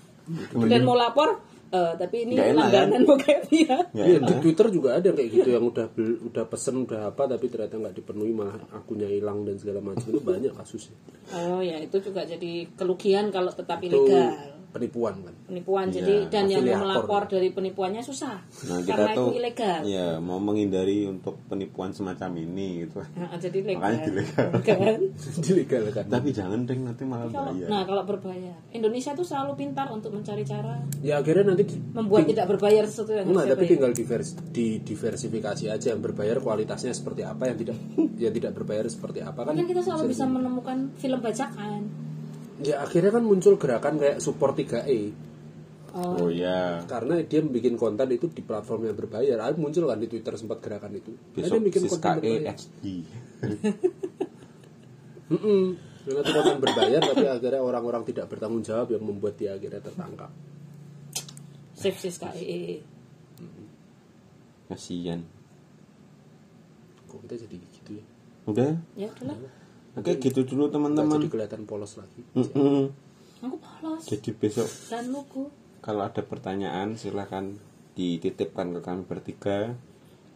S2: dan mau lapor Eh, tapi ini
S3: Nggak enak, kan?
S2: langganan bokep ya.
S3: Nggak
S1: Iya, di
S3: enak.
S1: Twitter juga ada yang kayak gitu yang udah bel- udah pesen udah apa tapi ternyata nggak dipenuhi malah akunnya hilang dan segala macam itu banyak kasusnya.
S2: Oh ya itu juga jadi kerugian kalau tetap
S1: Itu
S2: ilegal.
S1: penipuan kan.
S2: Penipuan
S3: Iya,
S2: jadi dan yang
S1: afiliator.
S2: mau melapor dari penipuannya susah
S3: Nah, kita
S2: karena
S3: tuh
S2: itu ilegal.
S3: ya mau menghindari untuk penipuan semacam ini gitu.
S2: Nah, jadi ilegal.
S3: Makanya ilegal.
S2: Kan?
S1: Ilegal kan.
S3: Tapi jangan deng nanti malah
S2: Kalau-
S3: bahaya.
S2: nah kalau berbayar Indonesia tuh selalu pintar untuk mencari cara
S1: Ya akhirnya nanti di-
S2: membuat tidak berbayar sesuatu yang
S1: Enggak,
S3: Nah,
S2: harusnya
S1: tapi
S2: bayar.
S1: tinggal divers- didiversifikasi aja yang berbayar kualitasnya seperti apa yang tidak yang tidak berbayar seperti apa kan.
S2: kan kita selalu bisa menemukan film bajakan
S1: Ya akhirnya kan muncul gerakan kayak support E. 3E
S3: Oh ya.
S1: karena dia bikin konten itu di platform yang berbayar. Ah, muncul kan di Twitter sempat gerakan itu. Ya, dia
S3: Besok E
S1: bikin
S3: Siska
S1: konten berbayar.
S3: EXD.
S1: Mm-mm. Dia ngasih konten berbayar tapi akhirnya orang-orang tidak bertanggung jawab yang membuat dia akhirnya tertangkap.
S2: Save Siska EE.
S3: Kasihan.
S1: Kok kita jadi gitu ya?
S3: Udah.
S2: ya udahlah
S3: Oke, gitu dulu
S1: Nggak
S3: teman-teman.
S1: jadi kelihatan polos lagi.
S3: Hmm. Mm-mm.
S2: aku polos
S3: Jadi besok
S2: dan lugu
S3: kalau ada pertanyaan silahkan dititipkan ke kami bertiga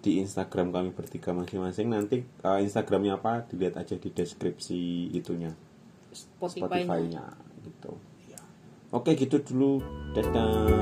S3: di Instagram kami bertiga masing-masing nanti eh, Instagramnya apa dilihat aja di deskripsi itunya
S2: Spotify,
S1: Iya.
S3: Spotify-nya gitu. Oke gitu dulu dadah.